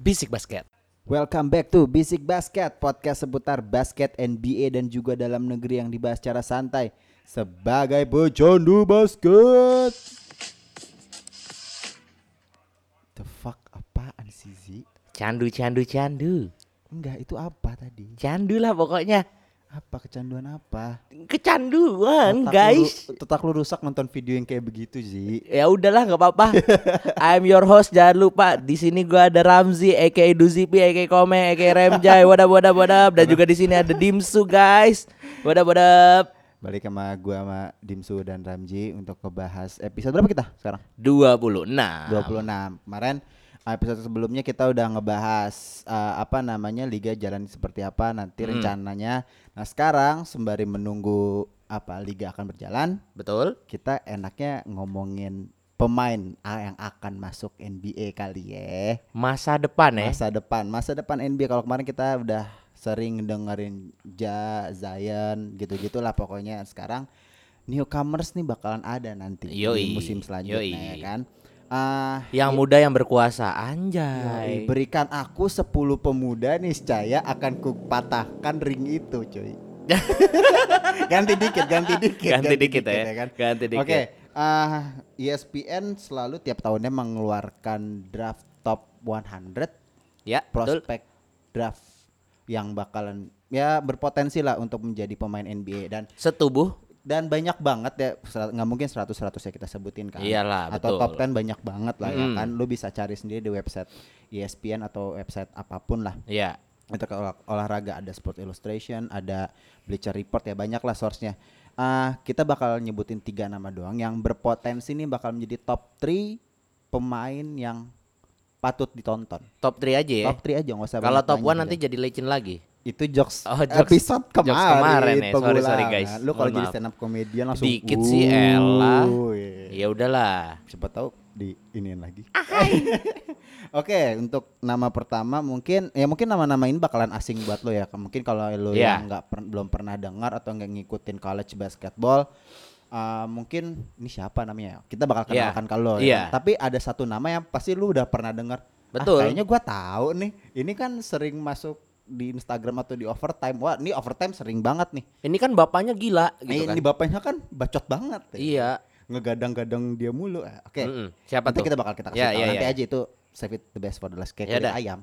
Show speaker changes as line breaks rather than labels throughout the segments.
Bisik Basket.
Welcome back to Bisik Basket, podcast seputar basket NBA dan juga dalam negeri yang dibahas secara santai sebagai pecandu basket. The fuck apaan sih Zi?
Candu, candu, candu.
Enggak, itu apa tadi?
Candu lah pokoknya.
Apa kecanduan apa?
Kecanduan,
Otak
guys.
lu- Otak lu rusak nonton video yang kayak begitu, Zi.
Ya udahlah nggak apa-apa. I'm your host jangan lupa di sini gua ada Ramzi aka Duzipi aka Kome aka Remjay. Wadap wadap wadap dan juga di sini ada Dimsu guys. Wadap wadap.
Balik sama gua sama Dimsu dan Ramji untuk ngebahas episode berapa kita sekarang?
26.
26. Kemarin episode sebelumnya kita udah ngebahas eh, apa namanya liga jalan seperti apa nanti
Hmm.
rencananya. Nah, sekarang sembari menunggu apa liga akan berjalan,
Betul?
kita enaknya ngomongin pemain a- yang akan masuk NBA kali ya.
Masa depan ya.
Masa depan, masa depan NBA kalau kemarin kita udah sering dengerin Ja, Zion gitu-gitulah pokoknya sekarang newcomers nih bakalan ada nanti
Yoi,
di musim selanjutnya
yoi.
ya kan. Ah,
Yang muda yang berkuasa
Yoi,
anjay.
Berikan aku 10 pemuda niscaya akan kupatahkan ring itu, cuy. ganti dikit, ganti dikit,
Ganti dikit ya.
kan?
Ganti dikit.
Oke, ah, ESPN selalu tiap tahunnya mengeluarkan draft top 100
Ya, betul.
prospek draft yang bakalan ya berpotensi lah untuk menjadi pemain NBA dan
Setubuh
dan banyak banget ya serat- nggak mungkin 100 100 ya kita sebutin kan
Iyalah,
atau
betul.
top 10 banyak banget lah ya
Mm.
kan lu bisa cari sendiri di website E ESPN atau website apapun lah
ya.
untuk olah- olahraga ada Sport Illustration ada Bleacher Report ya banyak lah source-nya Ah, kita bakal nyebutin tiga nama doang yang berpotensi nih bakal menjadi top 3 pemain yang patut ditonton
Top 3 aja ya.
top 3 aja nggak usah
Kalau
banyak ya.
top 1
panjang
nanti
deh.
jadi licin lagi.
itu jokes,
Oh, jokes-
episode
jokes
kemarin,
kemarin ya. Sorry, sorry,
pengulangan.
guys.
lu kalau
Mohon
jadi
maaf.
stand up comedian langsung
Dikit sih, elah.
"Wuh, iya."
Ya udahlah.
siapa tahu di iniin lagi. Oke, untuk nama pertama mungkin ya mungkin nama-nama ini bakalan asing buat lo ya. Mungkin kalau lo
Iya.
yang nggak per- belum pernah dengar atau nggak ngikutin college basketball eh, mungkin ini siapa namanya? ya? Kita bakal
Iya.
kenalkan kalau
Iya.
ya. Tapi ada satu nama yang pasti lu udah pernah dengar. Ah,
Betul.
kayaknya gua tahu nih. Ini kan sering masuk di Instagram atau di overtime. Wah, ini overtime sering banget nih.
Ini kan bapaknya gila gitu
Nah, Ini
kan.
ini bapaknya kan bacot banget. ya.
Iya.
Ngegadang-gadang dia mulu. Eh, Oke.
Mm-mm. Siapa
Nanti
tuh?
kita bakal kita kasih
Ya,
tahu.
ya,
Nanti
ya.
aja itu save it the best for the last kayak
Ya
kulit
udah.
ayam.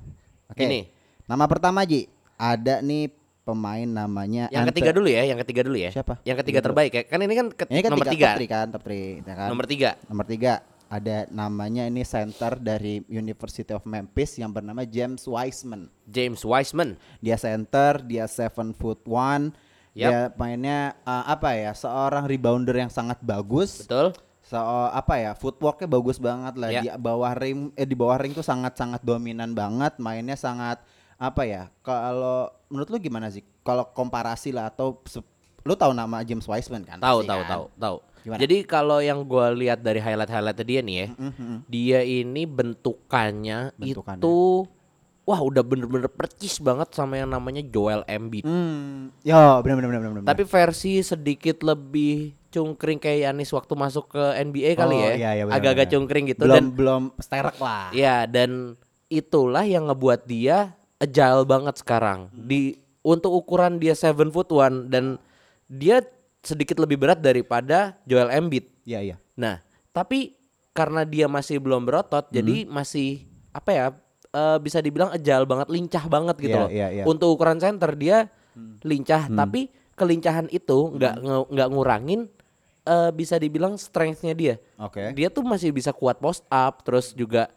Oke.
Ini.
Nama pertama Ji, ada nih pemain namanya
Yang
Ante-
ketiga dulu ya, yang ketiga dulu ya.
Siapa?
Yang ketiga terbaik ya. Kan ini kan ke-
Ini kan
nomor
tiga,
tiga.
top three kan, top three, ya kan?
Nomor tiga.
Nomor tiga ada namanya ini center dari University of Memphis yang bernama James Wiseman.
James Wiseman.
Dia center, dia seven foot one,
Yap.
dia mainnya eh, apa ya seorang rebounder yang sangat bagus.
Betul.
So apa ya footworknya bagus banget lah
Ya.
di bawah ring eh di bawah ring tuh sangat sangat dominan banget mainnya sangat apa ya kalau menurut lu gimana sih kalau komparasi lah atau se- lu tahu nama James Wiseman kan
Tahu,
Pasti
tahu,
kan?
tahu, tahu.
Gimana?
Jadi kalau yang gua lihat dari highlight-highlight dia nih ya,
Mhm.
dia ini bentukannya,
Bentukannya.
itu wah udah bener-bener percis banget sama yang namanya Joel Embiid.
hmm yo benar benar benar benar
Hmm. Tapi versi sedikit lebih cungkring kayak Yanis waktu masuk ke NBA kali ya. Agak-agak cungkring gitu
belum
dan
belum sterek lah
ya dan itulah yang ngebuat dia agile banget sekarang. Di untuk ukuran dia 7 foot 1 dan dia sedikit lebih berat daripada Joel Embiid.
iya iya
Nah, tapi karena dia masih belum
Hmm.
berotot, jadi masih apa ya? eh, bisa dibilang agile banget, lincah banget gitu
Iya,
loh.
iya, Hmm. iya.
Untuk ukuran center dia lincah, tapi kelincahan itu nggak nge- nggak ngurangin eh, bisa dibilang strength-nya dia.
Oke.
Dia tuh masih bisa kuat post up, terus juga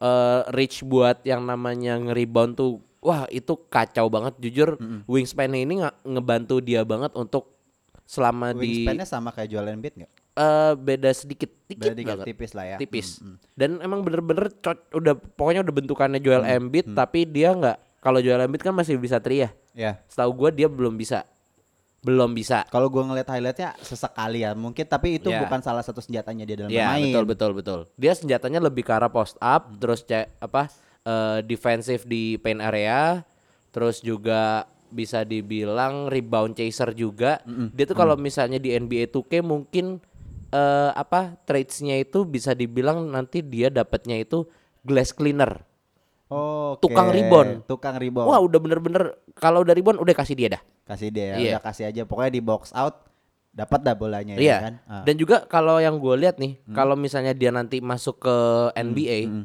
eh, reach buat yang namanya nge-rebound tuh. Wah, itu kacau banget jujur.
Hmm.
wingspan ini nge- ngebantu dia banget untuk selama di
wingspan-nya sama kayak Joel Embiid nggak
eh beda sedikit dikit
Beda dikit,
banget.
tipis lah ya.
tipis dan emang bener-bener co- udah pokoknya udah bentukannya Joel
Hmm,
Embiid tapi dia nggak kalau Joel Embiid kan masih bisa teriak
ya
setahu gua dia belum bisa belum bisa
kalau gua ngeliat highlightnya sesekali ya mungkin tapi itu
Iya.
bukan salah satu senjatanya dia dalam
ya
bermain
betul betul betul dia senjatanya lebih ke arah post up terus cek apa eh defensif di paint area terus juga bisa dibilang rebound chaser juga dia tuh kalau misalnya di NBA 2K mungkin eh apa trades-nya itu bisa dibilang nanti dia dapatnya itu glass cleaner
Oh, oke.
Tukang rebound.
Tukang rebound.
Wah udah bener-bener kalau udah rebound udah kasih dia dah.
Kasih dia ya.
Iya.
Udah kasih aja. Pokoknya di box out dapat dah bolanya
Iya.
ya kan. Ah. Hmm.
Dan juga kalau yang gue lihat nih, kalau misalnya dia nanti masuk ke NBA,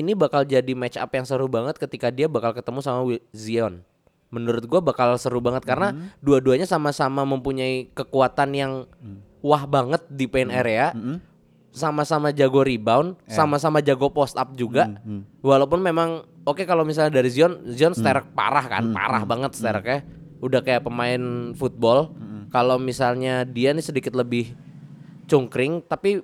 ini bakal jadi match up yang seru banget ketika dia bakal ketemu sama Wi- Zion. Menurut gue bakal seru banget karena
Hmm.
dua-duanya sama-sama mempunyai kekuatan yang
Hmm.
wah banget di paint area. ya. Sama-sama jago rebound,
Ya.
sama-sama jago post up juga.
Hmm.
Walaupun memang oke kalau misalnya dari Zion, Zion sterek parah kan, parah banget stereknya. Udah kayak pemain football. Kalau misalnya dia nih sedikit lebih cungkring tapi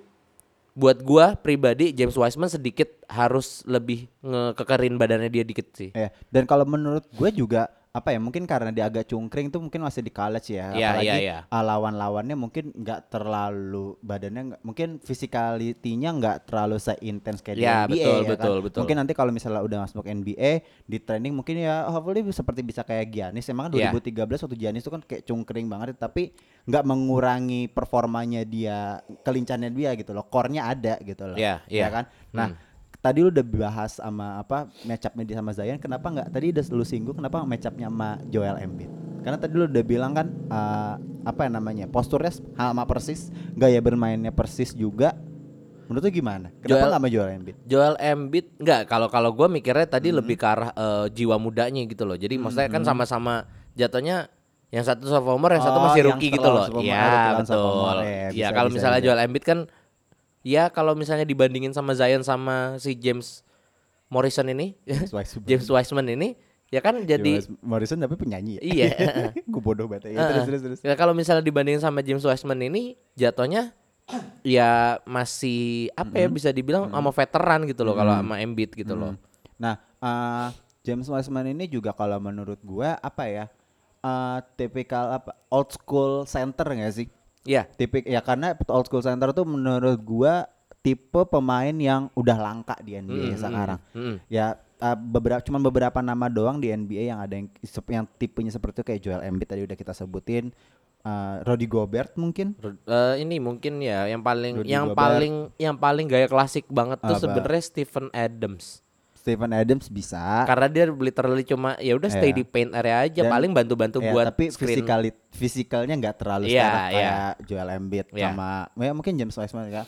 buat gua pribadi James Wiseman sedikit harus lebih ngekekerin badannya dia dikit sih.
Iya. Dan kalau menurut gue juga apa ya mungkin karena dia agak cungkring tuh mungkin masih di college ya
Iya,
apalagi
iya, iya.
ah, lawan-lawannya mungkin nggak terlalu badannya nggak- mungkin physicality-nya nggak terlalu seintens kayak
Iya,
di NBA
betul,
ya kan?
betul, betul.
mungkin nanti kalau misalnya udah masuk NBA di training mungkin ya hopefully seperti bisa kayak Giannis emang kan
Iya.
2013 waktu Giannis itu kan kayak cungkring banget tapi nggak mengurangi performanya dia kelincannya dia gitu loh core-nya ada gitu loh
Iya, iya.
ya kan nah tadi lu udah bahas sama apa match up-nya dia sama Zion kenapa nggak tadi udah lu singgung kenapa match up-nya sama Joel Embiid karena tadi lu udah bilang kan eh, apa ya namanya posturnya sama persis gaya bermainnya persis juga menurut lu gimana kenapa
Joel-
nggak sama Joel Embiid
Joel Embiid nggak kalau kalau gua mikirnya tadi
Hmm.
lebih ke arah eh, jiwa mudanya gitu loh. Jadi maksudnya kan sama-sama jatuhnya yang satu sophomore yang satu
Oh,
masih
yang
rookie gitu
terlalu
loh.
sophomore,
Iya,
lawan
betul.
sophomore. Ya,
Iya,
bisa,
kalau
bisa,
misalnya
bisa.
Joel Embiid kan ya kalau misalnya dibandingin sama Zion sama si James Morrison ini,
James Wiseman.
James Wiseman ini ya kan jadi
Joel Morrison tapi penyanyi ya
Iya.
gue bodoh banget ya
Heeh.
terus terus terus
Ya, kalau misalnya dibandingin sama James Wiseman ini jatuhnya ya masih apa ya
Hmm.
bisa dibilang sama veteran gitu loh kalau sama Embiid gitu loh.
Nah, eh, James Wiseman ini juga kalau menurut gua apa ya? eh, tipikal apa old school center nggak sih?
Iya.
Tipik ya karena old school center tuh menurut gua tipe pemain yang udah langka di NBA sekarang.
mm.
Ya eh, beberapa cuman beberapa nama doang di NBA yang ada yang sep- yang tipenya seperti itu kayak Joel Embiid tadi udah kita sebutin, eh, Rudy Gobert mungkin.
Ru- eh, ini mungkin ya yang paling
Rudy
yang
Gobert.
paling yang paling gaya klasik banget tuh
Apa?
sebenarnya Stephen Adams.
Stephen Adams bisa.
Karena dia literally cuma ya udah stay
Ah. Iya.
di paint area aja
Dan-
paling bantu-bantu
Ya,
buat
tapi
screen.
fisikali fisikalnya nggak terlalu
Iya,
sterek
iya.
kayak Joel Embiid
Iya.
sama ya mungkin James Wiseman ya.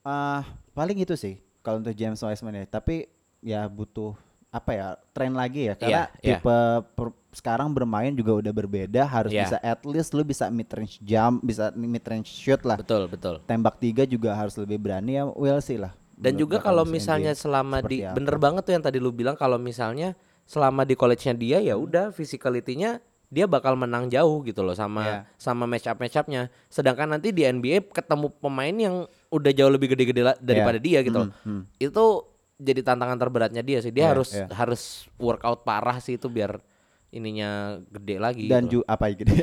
Ah, paling itu sih kalau untuk James Wiseman ya, tapi ya butuh apa ya tren lagi ya karena
Iya, iya.
tipe per- sekarang bermain juga udah berbeda harus
Iya.
bisa at least lu bisa mid range jump bisa mid range shoot lah
Betul, betul.
tembak tiga juga harus lebih berani ya we'll see lah
Dan
Menurut
juga
gua
kalau
si
misalnya
NBA
selama
seperti
di
apa.
bener banget tuh yang tadi lu bilang kalau misalnya selama di college-nya dia ya udah physicality-nya dia bakal menang jauh gitu loh sama
Iya.
sama match up match up-nya. Sedangkan nanti di NBA ketemu pemain yang udah jauh lebih gede-gede
Iya.
la- daripada dia gitu loh. Itu jadi tantangan terberatnya dia sih. Dia
Hmm, Iya,
harus
iya.
harus workout parah sih itu biar ininya gede lagi.
dan
gitu.
ju apa ya gede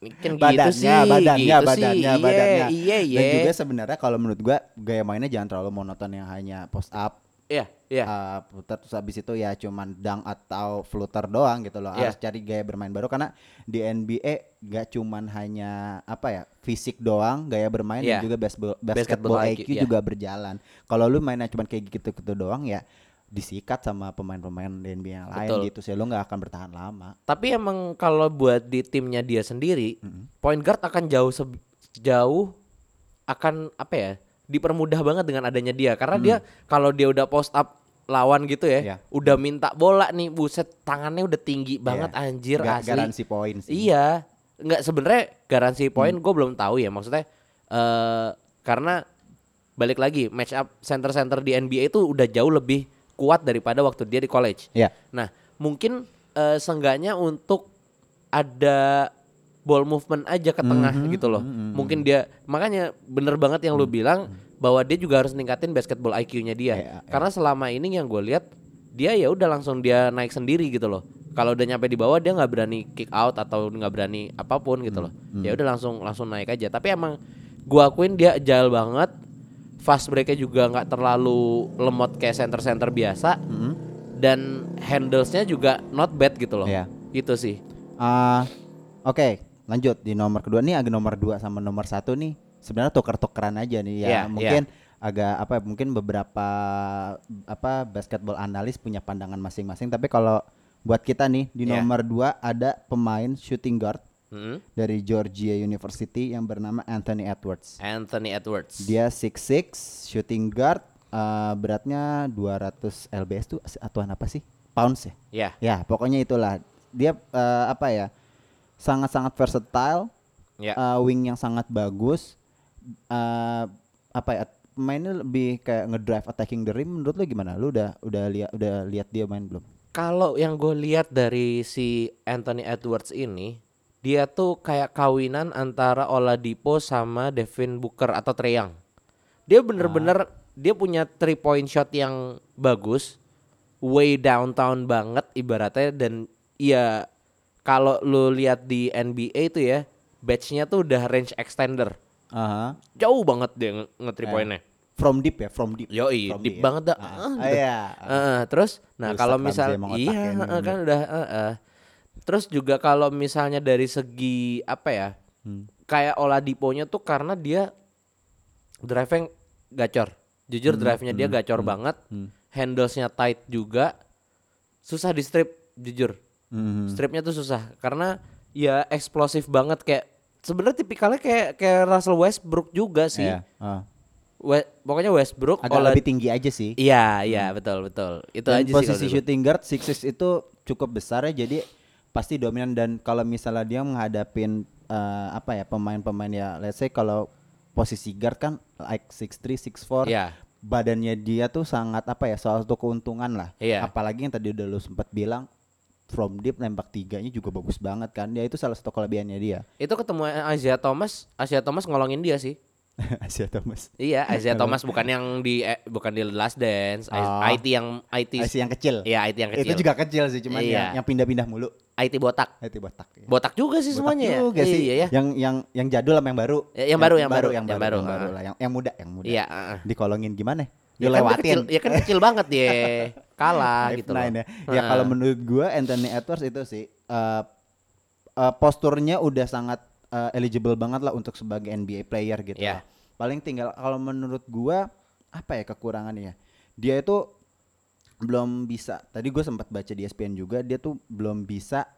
Mungkin gitu
badannya,
sih,
badannya,
gitu sih.
badannya,
Iya,
badannya.
Iya, iya.
Dan juga sebenarnya kalau menurut gua gaya mainnya jangan terlalu monoton yang hanya post up,
iya, iya.
uh, putar terus habis itu ya cuman dunk atau flutter doang gitu loh.
Iya.
Harus cari gaya bermain baru karena di NBA gak cuman hanya apa ya fisik doang gaya bermain
Iya.
dan juga baseball-
Basketball
basketball,
IQ,
IQ,
iya.
juga berjalan. Kalau lu mainnya cuman kayak gitu-gitu doang ya disikat sama pemain-pemain di NBA yang lain
Betul.
gitu sih lu nggak akan bertahan lama.
Tapi emang kalau buat di timnya dia sendiri, point guard akan jauh seb- jauh akan apa ya? Dipermudah banget dengan adanya dia karena dia kalau dia udah post up lawan gitu ya,
Mm. Iya.
udah minta bola nih, buset tangannya udah tinggi banget
Iya.
anjir
Ga-
asli.
Garansi poin sih.
Iya, nggak sebenarnya garansi poin
Mm.
gue belum tahu ya maksudnya eh karena balik lagi match up center-center di NBA itu udah jauh lebih kuat daripada waktu dia di college.
Iya.
Nah, mungkin eh, seenggaknya untuk ada ball movement aja ke tengah
Mm-hmm.
gitu loh. Mungkin dia makanya bener banget yang lu bilang bahwa dia juga harus ningkatin basketball IQ-nya dia.
Iya, iya.
Karena selama ini yang gue lihat dia ya udah langsung dia naik sendiri gitu loh. Kalau udah nyampe di bawah dia nggak berani kick out atau nggak berani apapun gitu loh.
Mm-hmm.
Ya udah langsung langsung naik aja. Tapi emang gua akuin dia agile banget. Fast break-nya juga nggak terlalu lemot kayak center-center biasa
Mm-hmm.
dan handlesnya juga not bad gitu loh.
Iya.
Itu sih.
Ah, Oke, lanjut di nomor kedua nih agak nomor dua sama nomor satu nih sebenarnya tuker tukeran aja nih ya
Iya,
mungkin agak apa ya, mungkin beberapa apa basketball analis punya pandangan masing-masing tapi kalau buat kita nih di
Iya.
nomor 2 ada pemain shooting guard
Mm-mm.
dari Georgia University yang bernama Anthony Edwards.
Anthony Edwards.
Dia 6'6 shooting guard eh, beratnya 200 lbs tuh atuan apa sih? Pounds ya?
Ya.
Ya, pokoknya itulah. Dia eh, apa ya? Sangat-sangat versatile,
Ya.
eh, wing yang sangat bagus. eh, apa ya? Mainnya lebih kayak ngedrive attacking the rim. Menurut lu gimana? Lu udah udah lihat udah lihat dia main belum?
Kalau yang gue lihat dari si Anthony Edwards ini, dia tuh kayak kawinan antara Oladipo sama Devin Booker atau Trae Young. Dia bener-bener
Ah.
dia punya three point shot yang bagus, way downtown banget ibaratnya dan ya kalau lu lihat di NBA itu ya, batch-nya tuh udah range extender.
Aha.
Jauh banget dia nge- nge three pointnya.
From deep ya, from deep.
Eh. Yoi,
From
deep
ya?
banget dah.
Ah,
Ah,
ah,
gitu.
iya.
Heeh, terus nah
Rusak
kalau
Ramsey
misal
emang otaknya
iya
ini,
heeh, kan udah heeh. terus juga kalau misalnya dari segi apa ya
Hmm.
kayak Oladiponya tuh karena dia drive-nya gacor jujur
Hmm,
drive-nya dia gacor banget handlesnya tight juga susah di strip jujur
Mhm.
stripnya tuh susah karena ya eksplosif banget kayak sebenarnya tipikalnya kayak kayak Russell Westbrook juga sih
Iya, ah.
We- pokoknya Westbrook
Agak
Olad-
lebih tinggi aja sih.
Iya, iya, betul, betul. Itu
Dan
aja sih
posisi
kalau dulu.
shooting guard sixes itu cukup besar ya jadi pasti dominan dan kalau misalnya dia menghadapin eh, apa ya pemain-pemain ya let's say kalau posisi guard kan like 6'3 6'4
Iya.
badannya dia tuh sangat apa ya salah satu keuntungan lah
Iya.
apalagi yang tadi udah lu sempat bilang from deep nembak tiganya juga bagus banget kan ya itu salah satu kelebihannya dia
Itu ketemu Asia Thomas, Asia Thomas ngolongin dia sih.
Asia Thomas
Iya, Asia Thomas bukan yang di eh, bukan di Last Dance, I-
Oh.
IT yang IT.
Asia yang kecil
Iya, IT yang kecil.
itu juga kecil sih cuman
Iya.
yang- yang pindah-pindah mulu
IT botak.
itu botak ya.
Botak juga sih
Botak
semuanya ya.
juga sih.
Iya ya.
Yang yang yang jadul sama yang baru.
Ya, yang baru, yang baru,
yang
yang
baru,
baru,
yang baru
ah.
lah. Yang, yang muda, yang muda.
Iya, heeh.
Dikolongin gimana?
Ya kan dia
Dilewatin.
kecil- ya kan kecil banget dia. Kalah
Five
gitu loh.
nine ya. Ya, kalau menurut gua Anthony Edwards itu sih eh, eh, posturnya udah sangat eh, eligible banget lah untuk sebagai NBA player gitu.
Iya.
lah. Paling tinggal kalau menurut gua apa ya kekurangannya? Dia itu belum bisa. Tadi gue sempat baca di E ESPN juga dia tuh belum bisa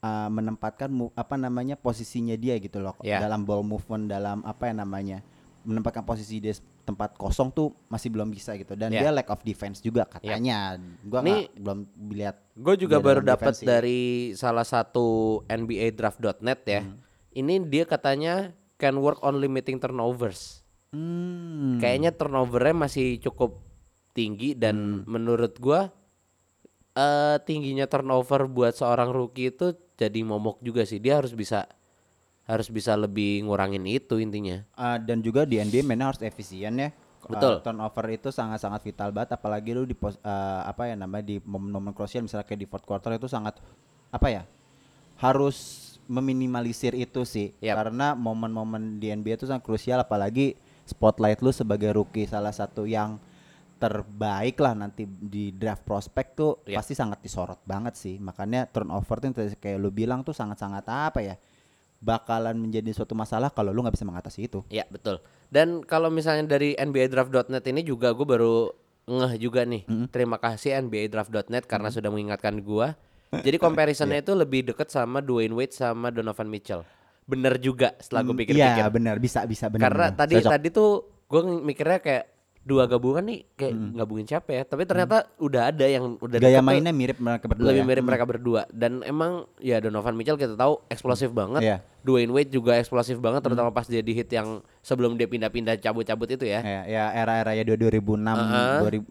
uh, menempatkan mu- apa namanya posisinya dia gitu loh
Ya.
dalam ball movement dalam apa yang namanya menempatkan posisi dia s- tempat kosong tuh masih belum bisa gitu dan
Ya.
dia lack of defense juga katanya. Gua
Ini-
nggak- belum lihat
Gue juga
Biar
baru
Iya, dalam
dapat
defense,
dari salah satu NBA draft.net ya.
Hmm.
Ini dia katanya can work on limiting turnovers.
Hmm.
Kayaknya turnovernya masih cukup tinggi dan
Hmm.
menurut gua eh tingginya turnover buat seorang rookie itu jadi momok juga sih. Dia harus bisa harus bisa lebih ngurangin itu intinya.
Uh, dan juga di NBA mainnya harus efisien ya. Uh,
Betul.
turnover itu sangat-sangat vital banget apalagi lu di pos, uh, apa ya namanya di momen-momen crucial misalnya kayak di fourth quarter itu sangat apa ya? Harus meminimalisir itu sih
Yap.
karena momen-momen di NBA itu sangat krusial apalagi spotlight lu sebagai rookie salah satu yang terbaik lah nanti di draft prospek tuh
Yap.
pasti sangat disorot banget sih makanya turnover tuh yang tadi kayak lu bilang tuh sangat-sangat apa ya bakalan menjadi suatu masalah kalau lu nggak bisa mengatasi itu
Ya betul. Dan kalau misalnya dari NBA Draft.net ini juga gue baru ngeh juga nih. Terima kasih NBA Draft.net karena sudah mengingatkan gua.
Eh,
Jadi comparisonnya
iya.
itu lebih deket sama Dwayne Wade sama Donovan Mitchell. Bener juga setelah gue
Hmm,
pikir-pikir.
Iya benar bisa bisa benar.
karena
benar.
tadi
Cocok.
tadi tuh gue mikirnya kayak dua gabungan nih kayak gabungin siapa ya. Tapi ternyata udah ada yang udah deket
gaya
tuh
mainnya mirip mereka berdua.
lebih
ya.
mirip mereka berdua dan emang ya Donovan Mitchell kita tahu eksplosif banget.
Iya. Hmm.
Dwayne Wade juga eksplosif banget terutama pas dia di hit yang sebelum dia pindah-pindah cabut-cabut itu ya.
Ya, ya era-era ya 2006,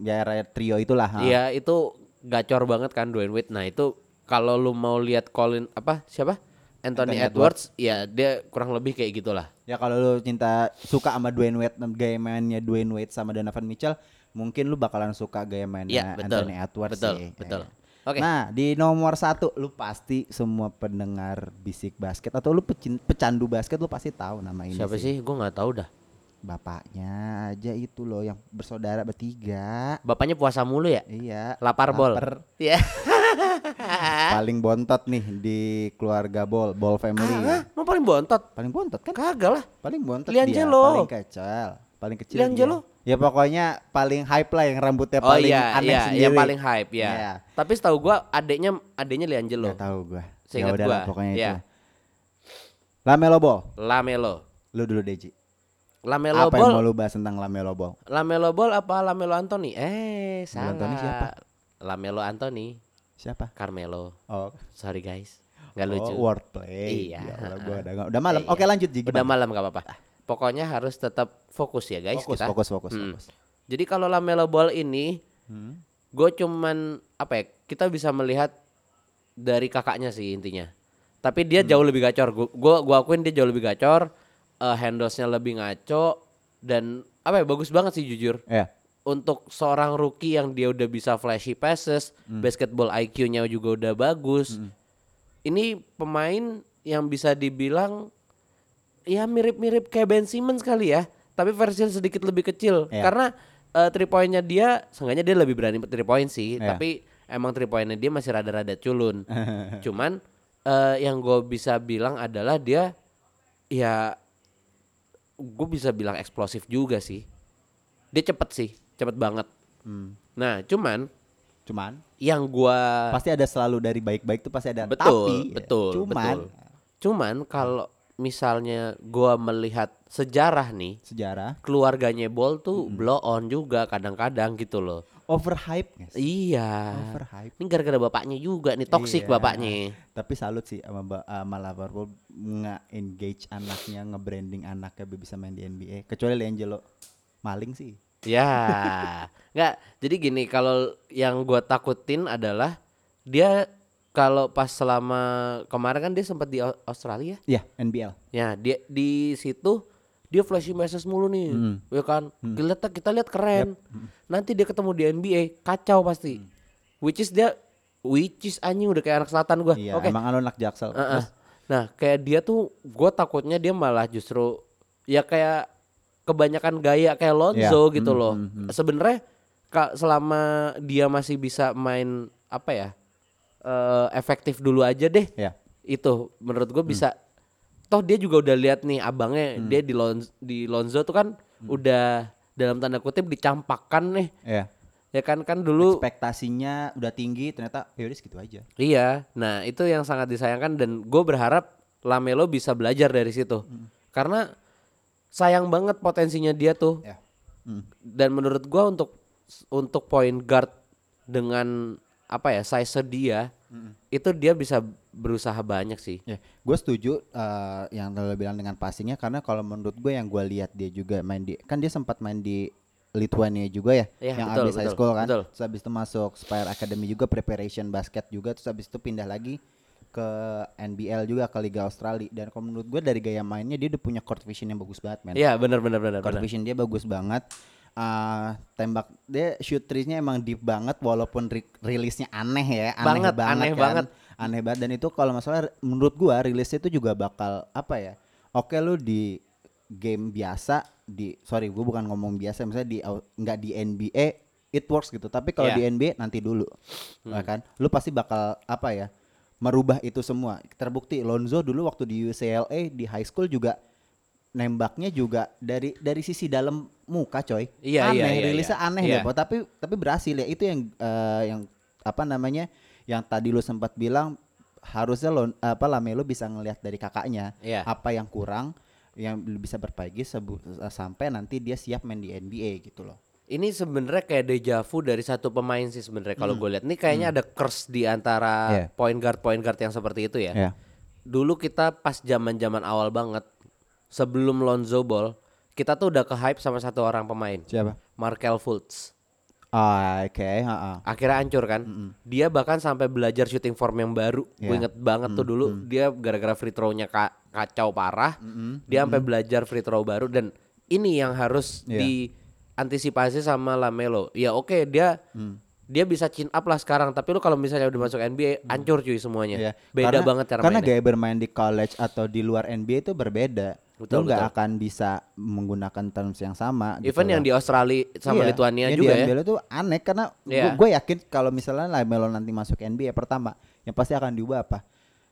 2000, ya era trio itulah. ha.
Iya, itu gacor banget kan Dwayne Wade. Nah, itu kalau lu mau lihat Colin apa siapa? Anthony,
Anthony
Edwards, ya dia kurang lebih kayak gitulah.
Ya kalau lu cinta suka sama Dwayne Wade, gaya mainnya Dwayne Wade sama Donovan Mitchell, mungkin lu bakalan suka gaya
Iya,
mainnya
betul.
Anthony Edwards
betul,
sih. Ya.
betul. Oke.
Nah di nomor satu lu pasti semua pendengar bisik basket atau lu pecin- pecandu basket lu pasti tahu nama ini.
siapa sih? Gue nggak tahu dah.
Bapaknya aja itu loh yang bersaudara bertiga.
Bapaknya puasa mulu ya?
Iya.
Lapar bol. Eh?
Lapar.
Iya.
paling bontot nih di keluarga Bol, Bol family. ya.
Hah? Mau paling bontot?
Paling bontot kan?
Kagak lah.
Paling bontot dia,
Liangelo.
paling kecil. paling kecil.
Liangelo?
dia. Ya pokoknya paling hype lah yang rambutnya
Oh
paling
iya,
aneh
iya,
sendiri.
yang paling hype ya.
Iya.
Tapi setahu gua adeknya adeknya Liangelo,
Gak tahu gua.
Seingat
ya udahlah
gua,
pokoknya
iya.
itu. Lamelo Ball,
Lamelo.
lu dulu Deji.
Lamelo
apa
Ball,
yang mau lu bahas tentang Lamelo Ball?
Lamelo Ball apa Lamelo Anthony? Eh, salah.
Anthony siapa?
Lamelo Anthony,
Siapa?
Carmelo.
Oh,
Sorry guys, nggak lucu.
Oh, wordplay.
Iya.
Ya Allah, gua udah, udah malam.
Iya.
Oke, lanjut Ji.
Udah
Gimana?
malam gak apa-apa. Pokoknya harus tetap fokus ya guys
Fokus,
kita.
fokus, fokus,
Hmm.
fokus.
Jadi kalau Lamelo Ball ini
Hmm.
gue cuman apa ya kita bisa melihat dari kakaknya sih intinya tapi dia
Hmm.
jauh lebih gacor gue gua akuin dia jauh lebih gacor eh handlesnya lebih ngaco dan apa ya bagus banget sih jujur
Ya.
untuk seorang rookie yang dia udah bisa flashy passes
Hmm.
basketball IQ-nya juga udah bagus ini pemain yang bisa dibilang ya mirip-mirip kayak Ben Simmons kali ya tapi versinya sedikit lebih kecil
Iya.
karena eh, three point-nya dia seenggaknya dia lebih berani three point sih
Iya.
tapi emang three point-nya dia masih rada-rada culun cuman eh, yang gue bisa bilang adalah dia ya gue bisa bilang eksplosif juga sih dia cepet sih cepet banget
Hmm.
nah cuman
Cuman
yang gua
pasti ada selalu dari baik-baik tuh pasti ada
Eh. betul,
tapi ya,
betul,
cuman
betul. Cuman kalau misalnya gua melihat sejarah nih,
sejarah
keluarganya Bol tuh blow on juga kadang-kadang gitu loh.
overhype nggak sih?
Iya.
Overhype.
Ini gara-gara bapaknya juga nih toksik
Iya.
bapaknya.
Tapi salut sih sama ba- eh, sama Liverpool nge-engage anaknya, nge-branding anaknya biar bisa main di NBA. Kecuali Leangelo maling sih.
Ya. Enggak, jadi gini kalau yang gua takutin adalah dia kalau pas selama kemarin kan dia sempat di Au- Australia
Iya, NBL.
Ya, dia di situ dia flashy message mulu nih,
Hmm.
ya kan? Kelihatan- kita lihat keren. Nanti dia ketemu di NBA, kacau pasti.
Hmm.
Which is dia which is anjing udah kayak anak selatan gua.
Iya,
Eh, Oke.
emang alun anak Jaksel.
Heeh.
Terus
Nah, kayak dia tuh gua takutnya dia malah justru ya kayak kebanyakan gaya kayak Lonzo
Iya.
gitu
Hmm,
loh.
hmm,
Sebenarnya ka- selama dia masih bisa main apa ya? eh, efektif dulu aja deh
ya,
itu menurut
Hmm.
gue bisa toh dia juga udah lihat nih abangnya dia di Lon- di Lonzo tuh kan
Hmm.
udah dalam tanda kutip dicampakkan nih
ya.
ya kan kan dulu
Ekspektasinya udah tinggi, ternyata yaudah segitu aja.
iya nah itu yang sangat disayangkan dan gue berharap Lamelo bisa belajar dari situ karena sayang banget potensinya dia tuh
Ya. Hmm.
dan menurut gua untuk untuk point guard dengan apa ya size dia itu dia bisa berusaha banyak sih
Ya, gue setuju eh, yang lo bilang dengan passingnya karena kalau menurut gue yang gue lihat dia juga main di kan dia sempat main di Lithuania juga ya,
Iya,
yang
betul,
abis high
betul,
school kan.
betul.
Terus abis itu masuk Spire Academy juga preparation basket juga terus abis itu pindah lagi ke NBL juga ke Liga Australia dan kalau menurut gue dari gaya mainnya dia udah punya court vision yang bagus banget men.
Iya benar benar benar
Court
benar.
vision dia bagus banget. Ah, tembak dia shoot three-nya emang deep banget walaupun ri- rilisnya aneh ya, aneh banget,
Banget, aneh
kan.
banget.
Aneh banget dan itu kalau masalah menurut gua rilisnya itu juga bakal apa ya? Oke lu di game biasa di sorry gua bukan ngomong biasa misalnya di au- nggak di NBA it works gitu tapi kalau
Iya. Hmm.
di NBA nanti dulu Nah kan lu pasti bakal apa ya merubah itu semua terbukti Lonzo dulu waktu di UCLA di high school juga nembaknya juga dari dari sisi dalam muka coy
Iya,
aneh
iya, iya,
rilisnya
iya.
aneh
Iya.
deh Bo. tapi tapi berhasil ya itu yang eh, yang apa namanya yang tadi lu sempat bilang harusnya lo apa Lamelo bisa ngelihat dari kakaknya
Iya.
apa yang kurang yang bisa berbaiki sebu- eh, sampai nanti dia siap main di NBA gitu loh
Ini sebenarnya kayak deja vu dari satu pemain sih sebenarnya kalau gue lihat. Ini kayaknya ada curse di antara
Iya.
point guard point guard yang seperti itu ya. Dulu kita pas zaman-zaman awal banget sebelum Lonzo Ball, kita tuh udah ke hype sama satu orang pemain.
siapa
Markel Fultz.
Ah, oke ha-ha.
Akhirnya hancur kan? Dia bahkan sampai belajar shooting form yang baru. Gue
Iya.
inget banget tuh dulu dia gara-gara free throw-nya ka- kacau parah. Dia sampai belajar free throw baru dan ini yang harus
Iya.
diantisipasi sama Lamelo. Ya oke dia
Mm.
dia bisa chin up lah sekarang, tapi lu kalau misalnya udah masuk NBA hancur cuy semuanya.
Mm. Iya.
Beda
karena,
banget cara
karena
mainnya.
gaya bermain di college atau di luar NBA itu berbeda
Betul,
lo nggak
betul.
akan bisa menggunakan terms yang sama gitu
Even
loh.
yang di Australia sama
Iya,
Lituania
yang
juga
di
ya.
NBL itu aneh karena
Iya.
gue yakin kalau misalnya Lamelo nanti masuk NBA pertama yang pasti akan diubah apa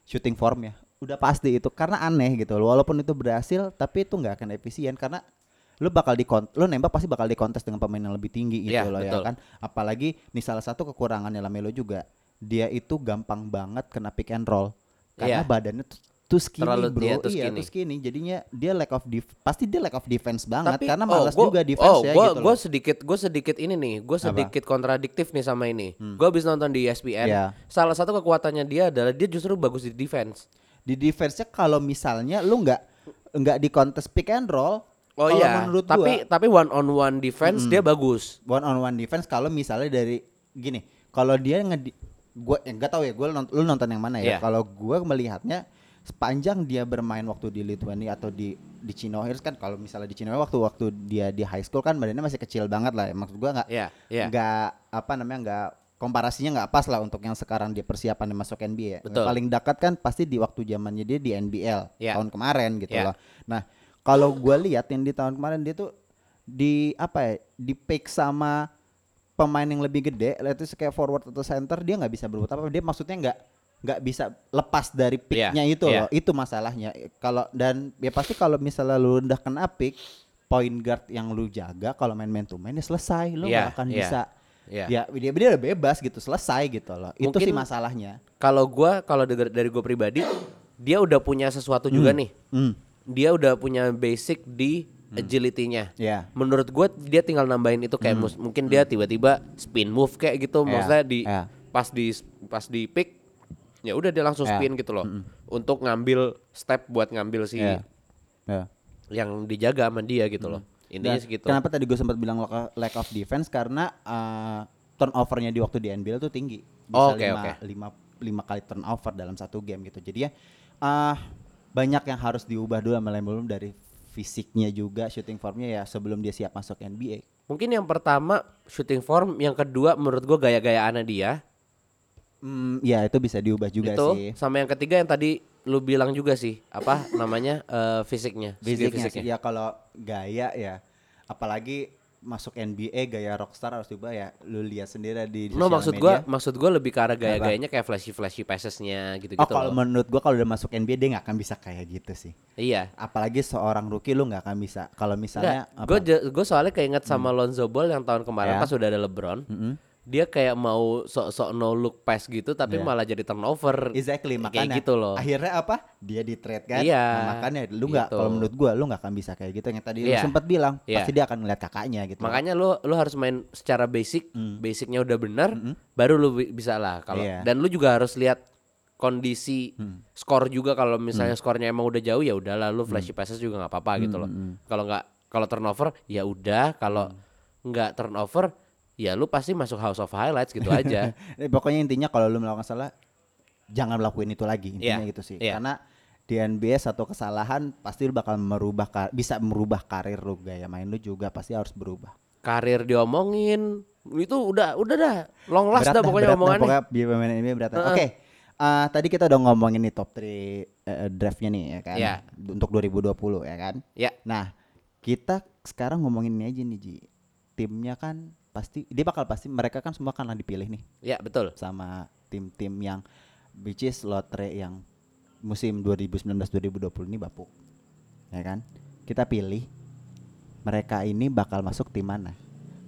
shooting ya. formnya udah pasti itu karena aneh gitu loh walaupun itu berhasil tapi itu nggak akan efisien karena lu bakal di lu nembak pasti bakal dikontes dengan pemain yang lebih tinggi gitu
Iya,
loh
betul.
ya kan. Apalagi nih salah satu kekurangannya Lamelo juga, dia itu gampang banget kena pick and roll
Iya.
karena badannya tuh, tuh skinny
Terlalu-
bro.
iya, tuh
iya,
skinny.
tuh skinny. Jadinya dia lack of def- pasti dia lack of defense banget
Tapi-
karena
oh,
malas
gua-
juga defense
oh,
ya
gua,
gitu
gua
loh.
sedikit gue sedikit ini nih gue
Apa?
sedikit kontradiktif nih sama ini gue habis nonton di E ESPN
Iya.
salah satu kekuatannya dia adalah dia justru bagus di defense
Di defense-nya kalau misalnya lu nggak nggak di contest pick and roll,
oh
kalau
iya
menurut
tapi
gua-
tapi one on one defense dia bagus
one on one defense kalau misalnya dari gini kalau dia nge gue enggak tahu ya gue lu nonton yang mana ya
Iya.
kalau gue melihatnya sepanjang dia bermain waktu di Lithuania atau di di Chino Hills kan kalau misalnya di Chino Hills waktu waktu dia di high school kan badannya masih kecil banget lah ya. maksud gue nggak
Iya, iya.
nggak apa namanya nggak komparasinya nggak pas lah untuk yang sekarang dia persiapan dia masuk NBA ya.
Betul.
paling dekat kan pasti di waktu zamannya dia di NBL
Iya.
tahun kemarin gitu
Iya.
loh nah kalau gue lihat yang di tahun kemarin dia tuh di apa ya di pick sama pemain yang lebih gede let's say kayak forward atau center dia nggak bisa berbuat apa dia maksudnya nggak nggak bisa lepas dari picknya itu
iya.
loh itu masalahnya kalau dan ya pasti kalau misalnya lu udah kena pick point guard yang lu jaga kalau main man to man ya selesai lu
Iya,
nggak akan
iya.
bisa
Iya.
ya dia dia udah bebas gitu selesai gitu loh itu
Mungkin-
sih masalahnya
kalau gua kalau denger- dari gue pribadi dia udah punya sesuatu juga nih
hmm
dia udah punya basic di agility-nya
Iya.
menurut gue dia tinggal nambahin itu kayak mus- mungkin dia tiba-tiba spin move kayak gitu
Hmm. Iya,
maksudnya di
iya.
pas di pas di pick ya udah dia langsung
Iya.
spin gitu loh untuk ngambil step buat ngambil si
ya ya
yang dijaga sama dia gitu loh intinya
Hmm. Dan
segitu
Kenapa tadi gue sempat bilang lack- lack of defense karena eh, turnovernya di waktu di NBL tuh tinggi. Bisa
Oh, oke,
lima,
oke.
lima, lima kali turnover dalam satu game gitu. Jadi ya ah, banyak yang harus diubah dulu sama Lamelo dari fisiknya juga, shooting formnya ya sebelum dia siap masuk NBA.
mungkin yang pertama shooting form yang kedua menurut gue gaya-gayaannya dia
Hmm, ya itu bisa diubah juga
itu
sih.
sama yang ketiga yang tadi lu bilang juga sih apa namanya eh, fisiknya skill
Fisiknya, sih. ya kalau gaya ya apalagi masuk NBA gaya rockstar harus diubah ya lu lihat sendiri di
No
sosial
maksud
media.
gua maksud gua lebih ke arah gaya-gayanya kayak flashy flashy passesnya gitu-gitu.
Oh
gitu
kalau
loh.
menurut gua kalau udah masuk NBA dia nggak akan bisa kayak gitu sih.
iya.
Apalagi seorang rookie lu nggak akan bisa. Kalau misalnya
Enggak,
apa? Hmm.
gue gue soalnya keinget sama Lonzo Ball yang tahun kemarin
Ya. Hmm.
pas udah ada LeBron, dia kayak mau sok-sok no look pass gitu tapi
Ya.
malah jadi turnover.
exactly
Kayak
makanya
gitu loh.
akhirnya apa? Dia di trade kan.
Iya,
Nah, makanya lu nggak
gitu.
kalau menurut gua lu nggak akan bisa kayak gitu yang tadi lu
Iya.
sempat bilang
Iya.
pasti dia akan ngeliat kakaknya gitu.
Makanya lu lu harus main secara basic, basicnya udah benar, baru lu bi- bisa lah kalau
Hmm. Iya. Hmm.
dan lu juga harus lihat kondisi skor juga kalau misalnya skornya emang udah jauh ya udahlah lu
Hmm.
flashy passes juga nggak apa-apa gitu loh. Kalau nggak kalau turnover ya udah, kalau
Hmm.
nggak turnover ya lu pasti masuk house of highlights gitu aja.
Eh, Pokoknya intinya kalau lu melakukan salah jangan lakuin itu lagi intinya
Iya,
gitu sih.
iya.
Karena di NBA satu kesalahan pasti lu bakal merubah kar- bisa merubah karir lu gaya main lu juga pasti harus berubah.
Karir diomongin itu udah udah dah long last
Berat
dah pokoknya
berat dah,
omongannya.
pokoknya biar pemain NBA berat dah.
Heeh.
Oke. eh, tadi kita udah ngomongin nih top 3 draftnya nih ya kan
Iya.
untuk 2020 ya kan.
Ya,
Nah, kita sekarang ngomongin ini aja nih Ji. Timnya kan pasti dia bakal pasti mereka kan semua kan lah dipilih nih
ya betul.
sama tim-tim yang which is lotre yang musim 2019-2020 ini bapuk. Ya kan? Kita pilih mereka ini bakal masuk tim mana.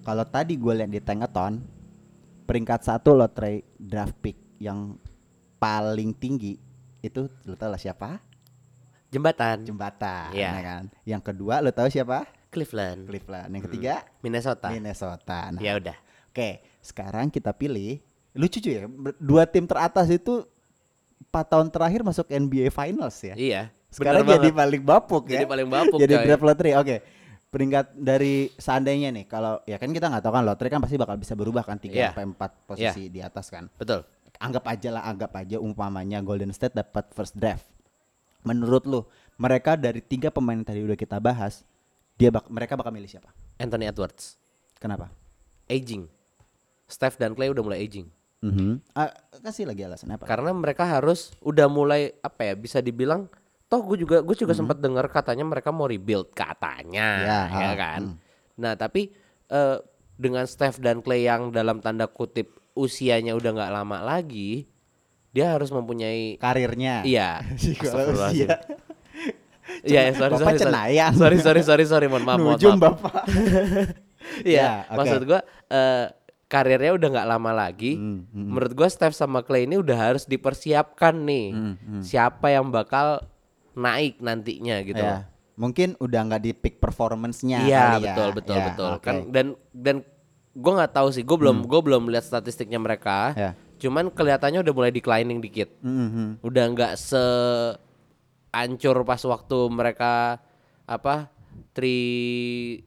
Kalau tadi gue lihat di Tankathon peringkat satu lotre draft pick yang paling tinggi itu lo tau lah siapa?
Jembatan
Jembatan,
Iya.
ya kan? Yang kedua lo tau siapa?
Cleveland,
Cleveland. Yang ketiga
Hmm. Minnesota.
Minnesota. Nah,
Ya udah.
Oke, sekarang kita pilih lucu cuy ya. ber- Dua tim teratas itu 4 tahun terakhir masuk NBA Finals ya.
Iya.
Sekarang
bener
jadi
banget.
paling bapuk ya.
Jadi paling bapuk,
Jadi
coy.
draft lottery. Oke. Peringkat dari seandainya nih kalau ya kan kita nggak tahu kan lottery kan pasti bakal bisa berubah kan 3
Iya.
sampai 4 posisi di atas kan.
betul.
Anggap aja lah, anggap aja umpamanya Golden State dapat first draft. Menurut lu, mereka dari tiga pemain yang tadi udah kita bahas, dia bak mereka bakal milih siapa?
Anthony Edwards,
Kenapa?
aging. Steph dan Clay udah mulai aging.
Ah, kasih lagi alasan apa?
Mm-hmm. Karena mereka harus udah mulai apa ya bisa dibilang toh gue juga gue
Mhm.
juga sempat dengar katanya mereka mau rebuild katanya
Ya,
ya
ah,
kan. Nah, tapi eh, dengan Steph dan Clay yang dalam tanda kutip usianya udah nggak lama lagi, dia harus mempunyai
karirnya.
iya.
Si kalau
Astagfirullahaladzim.
usia.
Iya, ya, sorry,
Bapak
sorry,
Cenayang.
sorry, sorry, sorry, sorry, sorry, mohon maaf, mohon
Nujum,
maaf.
Bapak.
Iya,
Ya, oke.
maksud gua eh, karirnya udah nggak lama lagi.
Hmm,
Menurut gua Steph sama Clay ini udah harus dipersiapkan nih.
Hmm,
Siapa yang bakal naik nantinya gitu.
Ya, Mungkin udah nggak di peak performance-nya
Iya,
kali ya.
betul, betul,
Ya,
betul.
oke. Hmm.
Kan dan dan gua nggak tahu sih, gua belum gua belum lihat statistiknya mereka.
Ya.
Cuman kelihatannya udah mulai declining dikit.
Mhm.
Udah nggak se ancur pas waktu mereka apa? Three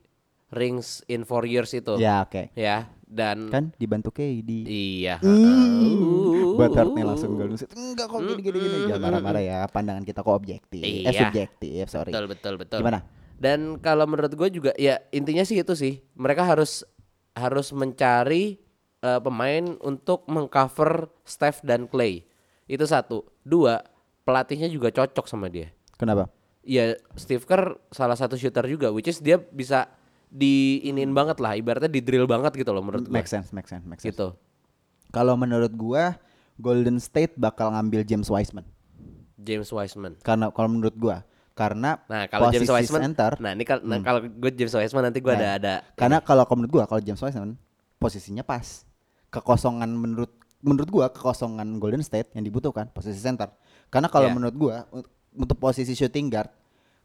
rings in four years itu.
Ya, oke.
ya dan
Kan dibantu KD.
iya Uh.
Buat Hart nih langsung gol nusit. Enggak kok gini gini gini. Jangan marah-marah ya. Pandangan kita kok objektif. Eh
Iya.
subjektif, sorry.
betul betul betul
Gimana?
dan kalau menurut gue juga ya intinya sih itu sih mereka harus harus mencari eh, pemain untuk mengcover Steph dan Clay itu satu dua pelatihnya juga cocok sama dia
Kenapa?
ya Steve Kerr salah satu shooter juga which is dia bisa diinin banget lah ibaratnya di drill banget gitu loh menurut gue
Make sense, make sense, make sense.
gitu
Kalau menurut gua Golden State bakal ngambil James Wiseman.
James Wiseman
Karena kalau menurut gua karena
Nah kalau James
posisi
Wiseman,
center, Hmm.
nah ini kal- nah, kalau gue James Wiseman nanti gue ada
Nah,
ada
Karena kalau kalau menurut gua kalau James Wiseman posisinya pas. Kekosongan menurut menurut gua kekosongan Golden State yang dibutuhkan posisi center. Karena kalau
Yeah.
menurut gua un- untuk posisi shooting guard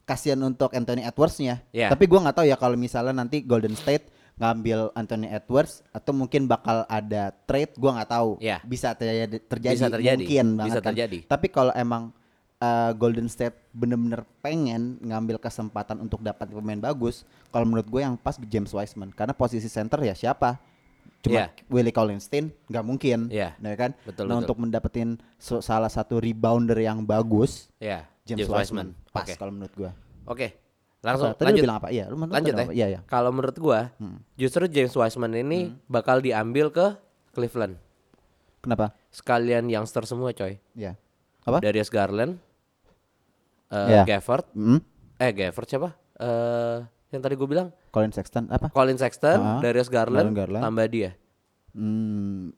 kasihan untuk Anthony Edwards-nya.
Yeah.
Tapi gua nggak tahu ya kalau misalnya nanti Golden State ngambil Anthony Edwards atau mungkin bakal ada trade gua nggak tahu.
Yeah.
Bisa terjadi, terjadi
Iya. Bisa terjadi.
mungkin
Bisa
banget kan.
terjadi.
Tapi kalau emang uh, Golden State bener-bener pengen ngambil kesempatan untuk dapat pemain bagus, kalau menurut gue yang pas James Wiseman karena posisi center ya siapa?
Iya.
Cuma Willie Collinstein nggak mungkin,
Iya.
ya kan?
Betul,
nah
betul.
untuk mendapetin so- salah satu rebounder yang bagus,
ya
James, Wiseman pas
Oke
kalau menurut gue.
oke langsung
Tadi lu
lanjut
bilang apa? Iya, lu menurut
lanjut
tadi
ya.
apa? Iya, Hmm. iya.
Kalau menurut gue justru James Wiseman ini bakal diambil ke Cleveland
Kenapa?
sekalian youngster semua coy
Iya. Apa?
Darius Garland, eh
Iya.
Gafford,
Mm-mm.
eh Gafford siapa? Eh yang tadi gue bilang
Colin Sexton apa?
Colin Sexton,
Ah,
Darius Garland,
Darius Garland.
tambah dia.
Hmm.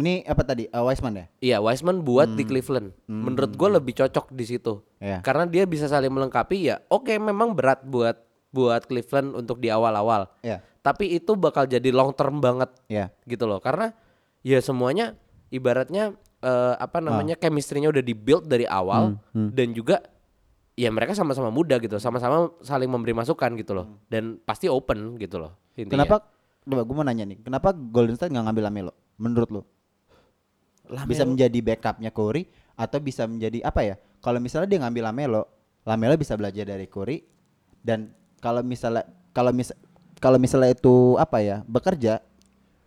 Ini apa tadi? Uh, Wiseman ya?
Iya, Wiseman buat di Cleveland. Menurut gue lebih cocok di situ.
Hmm. Iya.
Karena dia bisa saling melengkapi ya. Oke, memang berat buat buat Cleveland untuk di awal-awal.
Iya.
Tapi itu bakal jadi long term banget
Iya.
gitu loh. Karena ya semuanya ibaratnya eh, apa
Ah.
namanya chemistry-nya udah dibuild dari awal
Hmm,
dan juga ya mereka sama-sama muda gitu, sama-sama saling memberi masukan gitu loh. Dan pasti open gitu loh intinya.
Hmm. Kenapa? Coba gue mau nanya nih, kenapa Golden State nggak ngambil Lamelo? Menurut lu? Bisa menjadi backupnya Curry atau bisa menjadi apa ya? Kalau misalnya dia ngambil Lamelo, Lamelo bisa belajar dari Curry dan kalau misalnya kalau mis kalau misalnya itu apa ya bekerja,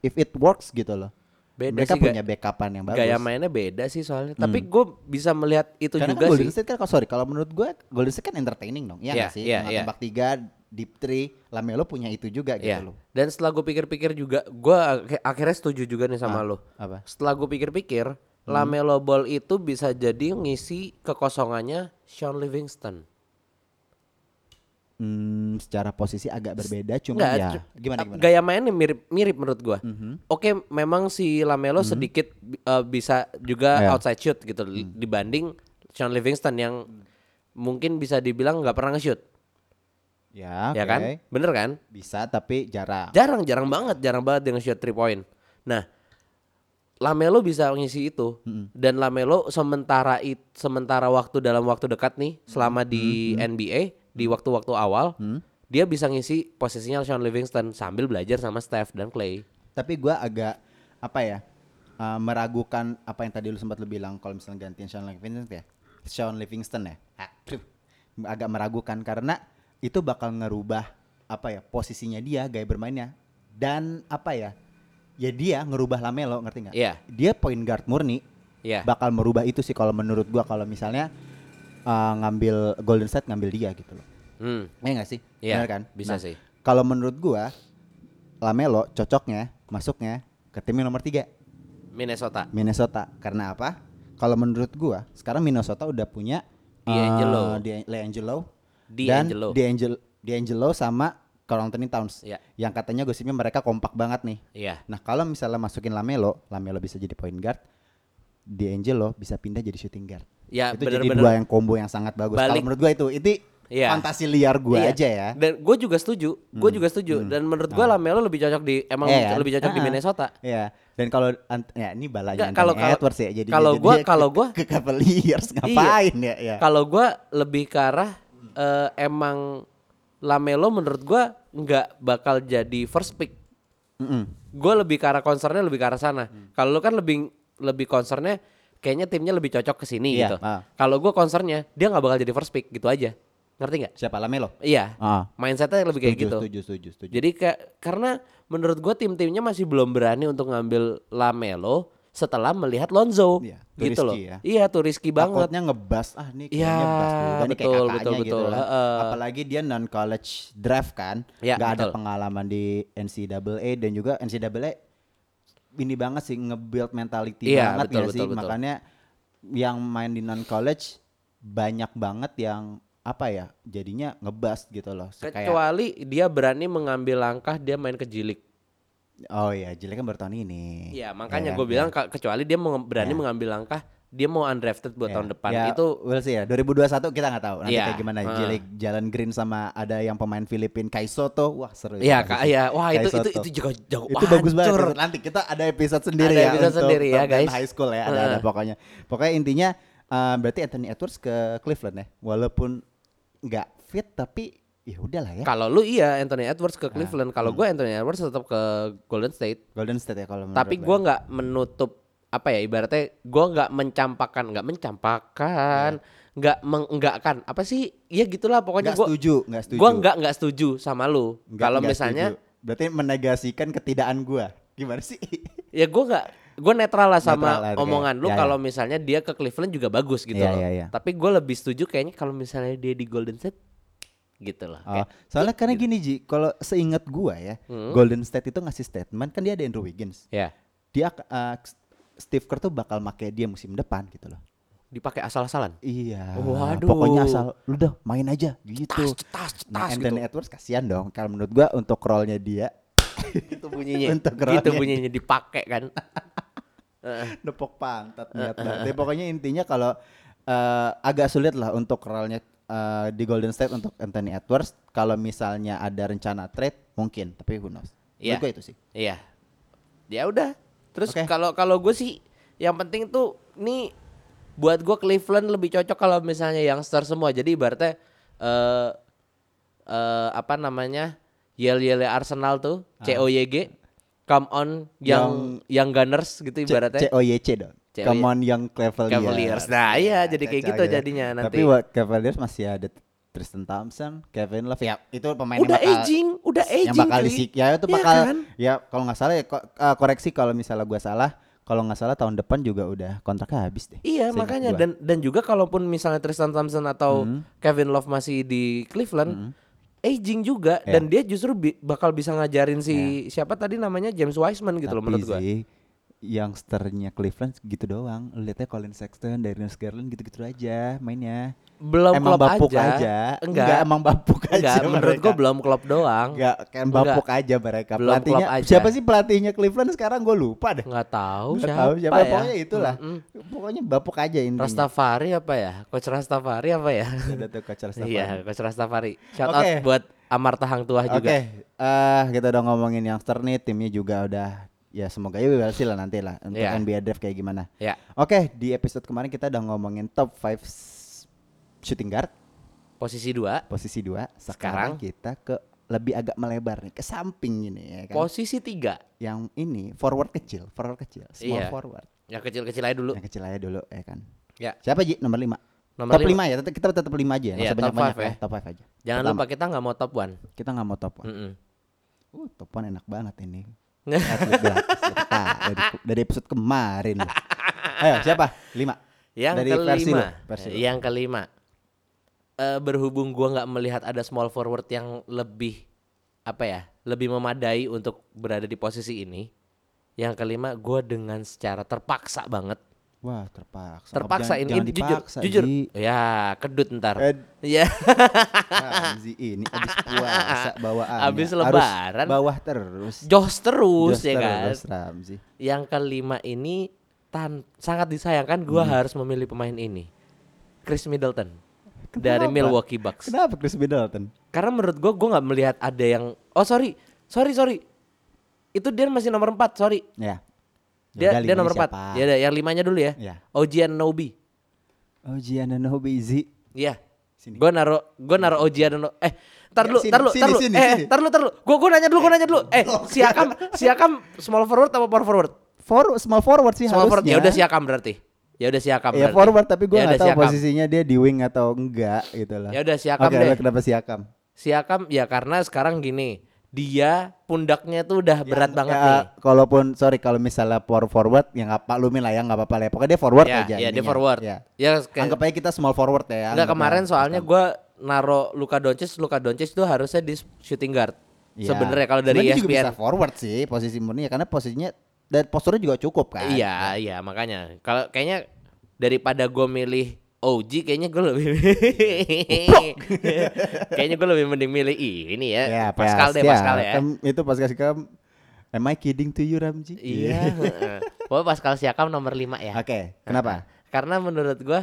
if it works gitu loh.
Beda
Mereka
sih, Ga.
punya backupan yang bagus. Hmm.
Gaya mainnya beda sih soalnya. Tapi gue bisa melihat itu
Karena
juga
kan Golden
sih.
State kan kalau sorry kalau menurut gue Golden State kan entertaining dong,
Iya,
ya nggak sih?
iya,
Nembak-
iya.
Nembak tiga, deep three, Lamelo punya itu juga gitu
Iya.
loh.
Dan setelah gue pikir-pikir juga, gue akhirnya setuju juga nih sama lo.
Ah, apa?
Setelah gue pikir-pikir, Lamelo Ball itu bisa jadi ngisi kekosongannya Sean Livingston.
Hmm, secara posisi agak berbeda, cuma
Nggak,
ya
cu-
gimana
ap-
gimana? Mhm.
Gaya mainnya mirip-mirip menurut gua. Oke, memang si Lamelo sedikit bi- eh, bisa juga
Iya.
outside shoot gitu li- dibanding Sean Livingston yang mungkin bisa dibilang nggak pernah nge-shoot,
Ya,
ya
oke.
kan? Bener kan?
Bisa tapi jarang.
Jarang, jarang banget, jarang banget dengan shot three point. Nah, Lamelo bisa ngisi itu dan Lamelo sementara it, sementara waktu dalam waktu dekat nih selama di NBA di waktu-waktu awal dia bisa ngisi posisinya Sean Livingston sambil belajar sama Steph dan Clay.
tapi gua agak apa ya? uh, meragukan apa yang tadi lu sempat lu bilang kalau misalnya gantiin Sean Livingston ya. Sean Livingston ya. Ah, aduh. Agak meragukan karena itu bakal ngerubah apa ya? posisinya dia, gaya bermainnya dan apa ya? Ya dia ngerubah Lamelo, ngerti nggak?
Iya.
Dia point guard murni,
Iya.
bakal merubah itu sih kalau menurut gua kalau misalnya uh, ngambil Golden State ngambil dia gitu loh.
Hmm.
Ya enggak sih?
Iya,
Benar kan?
bisa sih.
Kalau menurut gua Lamelo cocoknya masuknya ke tim yang nomor 3
Minnesota.
Minnesota. Karena apa? Kalau menurut gua sekarang Minnesota udah punya uh,
D'Angelo.
Di- Leangelo
D'Angelo.
dan D'Angelo D'Angelo sama Karl-Anthony Towns.
Iya.
Yang katanya gosipnya mereka kompak banget nih.
Iya.
Nah kalau misalnya masukin Lamelo, Lamelo bisa jadi point guard, D'Angelo bisa pindah jadi shooting guard.
Ya,
itu jadi
bener-bener.
dua yang combo yang sangat bagus. Kalau
Balik.
menurut gue itu itu
Iya.
fantasi liar gue
Iya.
aja ya. Ah.
Dan gue juga setuju, gue juga setuju. Dan menurut gue Lamelo lebih cocok di emang
Iya kan?
lebih cocok di
Ah.
Minnesota.
Iya. Dan kalau ant- ya ini balanya
Nggak, kalau- kalau-
Edwards ya jadi
kalau gua- kalau gua- Iya.
ke, ke Cavaliers ngapain ya ya.
Kalau gue lebih ke arah eh, emang Lamelo menurut gue nggak bakal jadi first pick.
Mm-mm.
Gue lebih ke arah concernnya lebih ke arah sana.
Hmm.
Kalau lu kan lebih lebih concernnya kayaknya timnya lebih cocok ke sini
Iya,
gitu.
ah.
Kalau gue concernnya dia nggak bakal jadi first pick gitu aja. Ngerti nggak?
Siapa Lamelo?
Iya.
Ah.
Mindsetnya lebih kayak
Setuju,
gitu.
Setuju setuju setuju.
Jadi kayak karena menurut gue tim-timnya masih belum berani untuk ngambil Lamelo setelah melihat Lonzo
Iya, too
gitu
risky
loh.
ya.
Iya, tuh risky banget.
Takutnya ngebas ah nih
Iya,
kayaknya bas juga nih kayak
betul,
kakaknya
betul,
gitu
betul.
kan.
Heeh.
Apalagi dia non college draft kan.
Iya,
Nggak ada
betul.
pengalaman di NCAA dan juga NCAA ini banget sih nge-build mentality
Iya,
banget
betul,
nggak sih.
betul, betul.
Makanya yang main di non college banyak banget yang apa ya jadinya ngebas gitu loh. Se- kayak-
Kecuali dia berani mengambil langkah dia main ke jilik.
oh iya, jelek kan baru tahun ini.
Iya, makanya
Ya,
gue
ya.
bilang ka- kecuali dia menge- berani mengambil langkah dia mau undrafted buat
Ya,
tahun depan.
Iya. ya,
Itu
we'll see ya. 2021 kita nggak tahu nanti
Ya,
kayak gimana.
heeh.
Jelek Jalan Green sama ada yang pemain Filipin Kai Soto. Wah, seru itu
Iya,
pasti
Kak,
sih.
iya. Wah,
Kai
itu itu
Soto.
itu juga jago.
Itu bagus banget.
hancur.
episode. Nanti kita ada episode sendiri
Ada
ya
episode
untuk
sendiri ya,
top band
guys.
High school ya, ada ada
Heeh.
pokoknya. Pokoknya intinya eh, berarti Anthony Edwards ke Cleveland ya. Walaupun nggak fit tapi ya udahlah ya.
Kalau lu iya Anthony Edwards
Nah.
ke Cleveland,
Hmm.
kalau gue Anthony Edwards tetap ke Golden State.
Golden State ya kalau menurut
tapi
gue.
gue nggak menutup apa ya ibaratnya gue nggak mencampakkan nggak mencampakkan nggak mengenggakkan apa sih ya gitulah pokoknya
Iya. nggak
gue
setuju, nggak setuju.
gue nggak nggak setuju sama lu
Nggak-
kalau
nggak
misalnya
setuju. berarti menegasikan ketidakan gua. Gimana sih?
ya gue nggak gue netral lah sama
Netral lah,
omongan
kayak-
lu
ya,
kalau misalnya dia ke Cleveland juga bagus gitu
Iya,
loh
iya, iya.
tapi gue lebih setuju kayaknya kalau misalnya dia di Golden State gitu loh
Oh,
Kayak-
soalnya karena gini Ji, kalau seingat gua ya,
Hmm.
Golden State itu ngasih statement kan dia ada Andrew Wiggins.
ya
Dia eh, Steve Kerr tuh bakal make dia musim depan gitu loh.
dipakai asal-asalan
Iya.
Waduh.
Pokoknya asal udah main aja
tas
gitu.
tas
Nah,
tas
Anthony Edwards kasihan dong kalau menurut gua untuk role-nya dia
gitu bunyinya
Untuk
gitu
rollnya.
bunyinya dipakai kan Eh.
nepok pantat niat banget. Tapi pokoknya intinya kalau eh, agak sulit lah untuk role-nya eh, di Golden State untuk Anthony Edwards kalau misalnya ada rencana trade mungkin, tapi who knows.
Iya.
Menurut gua itu sih.
Iya. Ya udah. Terus
Oke.
kalau kalau gue sih yang penting tuh nih buat gue Cleveland lebih cocok kalau misalnya youngster semua. Jadi ibaratnya eh eh, apa namanya? Yel-yel Arsenal tuh,
Ah.
COYG. Come on yang yang Gunners gitu
C-
ibaratnya.
COYC dong.
COYC.
Come on young Cavaliers.
Cavaliers. Nah, iya, jadi kayak
cocok
gitu jadinya nanti.
Tapi buat Cavaliers masih ada Tristan Thompson, Kevin Love. Ya, itu pemain
udah
yang bakal
aging, udah aging.
yang bakal
cuy.
disik ya itu
Iya
bakal
kan?
ya kalau nggak salah ya ko- eh, koreksi kalau misalnya gua salah kalau nggak salah tahun depan juga udah kontraknya habis deh
Iya
Seingat
makanya
gua.
dan dan juga kalaupun misalnya Tristan Thompson atau
Hmm.
Kevin Love masih di Cleveland aging juga
Iya.
dan dia justru bi- bakal bisa ngajarin si siapa tadi namanya James Wiseman gitu loh
Ya. Tapi
menurut gua.
sih, youngsternya Cleveland gitu doang Lu liatnya Colin Sexton, Darius Garland gitu-gitu aja mainnya
Belum
emang
klop
bapuk aja,
Enggak.
Enggak. emang bapuk aja
Enggak, menurut
mereka.
gua belum klop doang.
Enggak, kayak bapuk aja mereka
Belum
pelatihnya
klop aja.
siapa sih pelatihnya Cleveland sekarang gue lupa deh
Enggak tahu
Nggak
siapa,
tahu siapa
ya.
pokoknya itulah Hmm.
Mm-mm.
pokoknya bapuk aja intinya
Rastafari apa ya? Coach Rastafari apa ya?
ada tuh coach Rastafari.
Iya, Coach Rastafari. Shout
Oke.
out buat Amarta Hang Tuah
Oke,
juga.
eh, kita udah ngomongin youngster nih, timnya juga udah ya semoga ya berhasil lah nanti lah untuk
Iya.
NBA draft kayak gimana.
Ya,
Oke, di episode kemarin kita udah ngomongin top 5 shooting guard
posisi dua
posisi 2.
Sekarang?
Sekarang, kita ke lebih agak melebar nih ke samping ini ya kan.
posisi tiga
Yang ini forward kecil, forward kecil, small
Iya.
forward.
Yang kecil-kecil aja dulu.
Yang kecil aja dulu ya kan.
Ya.
Siapa Ji nomor 5?
Nomor
top
lima.
5 ya, tetep- kita tetap 5 aja
Iya,
ya, enggak
top
usah banyak-banyak
five
ya.
ya.
Top 5 aja.
Jangan
Pertama,
lupa Hmm. kita nggak mau top one.
kita nggak mau top 1.
Mm-mm.
Uh, topan enak banget ini. Atlet gratis. Betah. dari, dari episode kemarin. loh. Ayo siapa? Lima.
Yang
Dari
kelima, Iya.
versi lu, versi lu.
yang kelima, Eh, berhubung gua nggak melihat ada small forward yang lebih apa ya, lebih memadai untuk berada di posisi ini. Yang kelima, gua dengan secara terpaksa banget,
Wah terpaksa.
terpaksa ini,
jangan
ini jujur,
dipaksa,
jujur,
Ji.
ya kedut ntar,
Eh,
ya
apaan sih ini abis puasa bawaan.
Abis lebaran.
Bawah terus.
jos terus
Jos
ya kan.
terus, Ramzi. Hmm.
Yang kelima ini tan sangat disayangkan gua harus memilih pemain ini. Chris Middleton dari
Kenapa?
Milwaukee Bucks.
Kenapa Chris Middleton?
Karena menurut gue gue nggak melihat ada yang oh sorry sorry sorry itu dia masih nomor 4 sorry
Ya.
dia dia
Yaudah, limanya
nomor
siapa?
4 ya udah, yang limanya dulu ya
Ya.
Ojian Nobi
OG Ananobi Izzy.
Iya.
Sini.
Gue naro gue naro Oji dan eh Ntar
Ya,
dulu,
sini,
ntar dulu,
sini,
ntar dulu,
sini,
eh,
sini.
ntar dulu, ntar dulu. Gue gue nanya dulu, gue nanya dulu. Eh, siakam, siakam small forward apa power forward?
For small forward sih
Small forward.
harusnya.
Ya udah siakam berarti. Ya udah siakam.
Ya
berarti.
forward tapi gue
Ya
nggak
udah,
tahu
Siakam.
posisinya dia di wing atau enggak gitu lah.
Ya udah, Siakam
Oke,
deh.
lo kenapa siakam?
Siakam ya karena sekarang gini, dia pundaknya tuh udah berat
Ya,
banget
ya,
nih.
Kalaupun sorry kalau misalnya power forward ya nggak pak lumin lah ya nggak apa-apa lah. ya. Pokoknya dia forward
Ya,
aja.
ya dia
intinya.
forward.
Ya.
Ya, kayak-
Anggap aja kita small forward ya.
Enggak
anggapnya.
kemarin soalnya gue naro Luka Doncic, Luka Doncic tuh harusnya di shooting guard.
Iya.
Sebenarnya kalau dari E
Sebenarnya dia juga
ESPN.
bisa forward sih posisi murni ya karena posisinya dan posturnya juga cukup kan.
Iya, iya makanya. Kalau kayaknya daripada gue milih OG kayaknya gue lebih kayaknya gue lebih mending milih ini ya,
Ya,
Pascal deh
pasti ya.
Pascal ya.
Kan itu Pascal Siakam. Am I kidding to you Ramji?
Iya. heeh. Pokoknya Pascal Siakam nomor 5 ya.
Oke, kenapa?
Karena menurut gue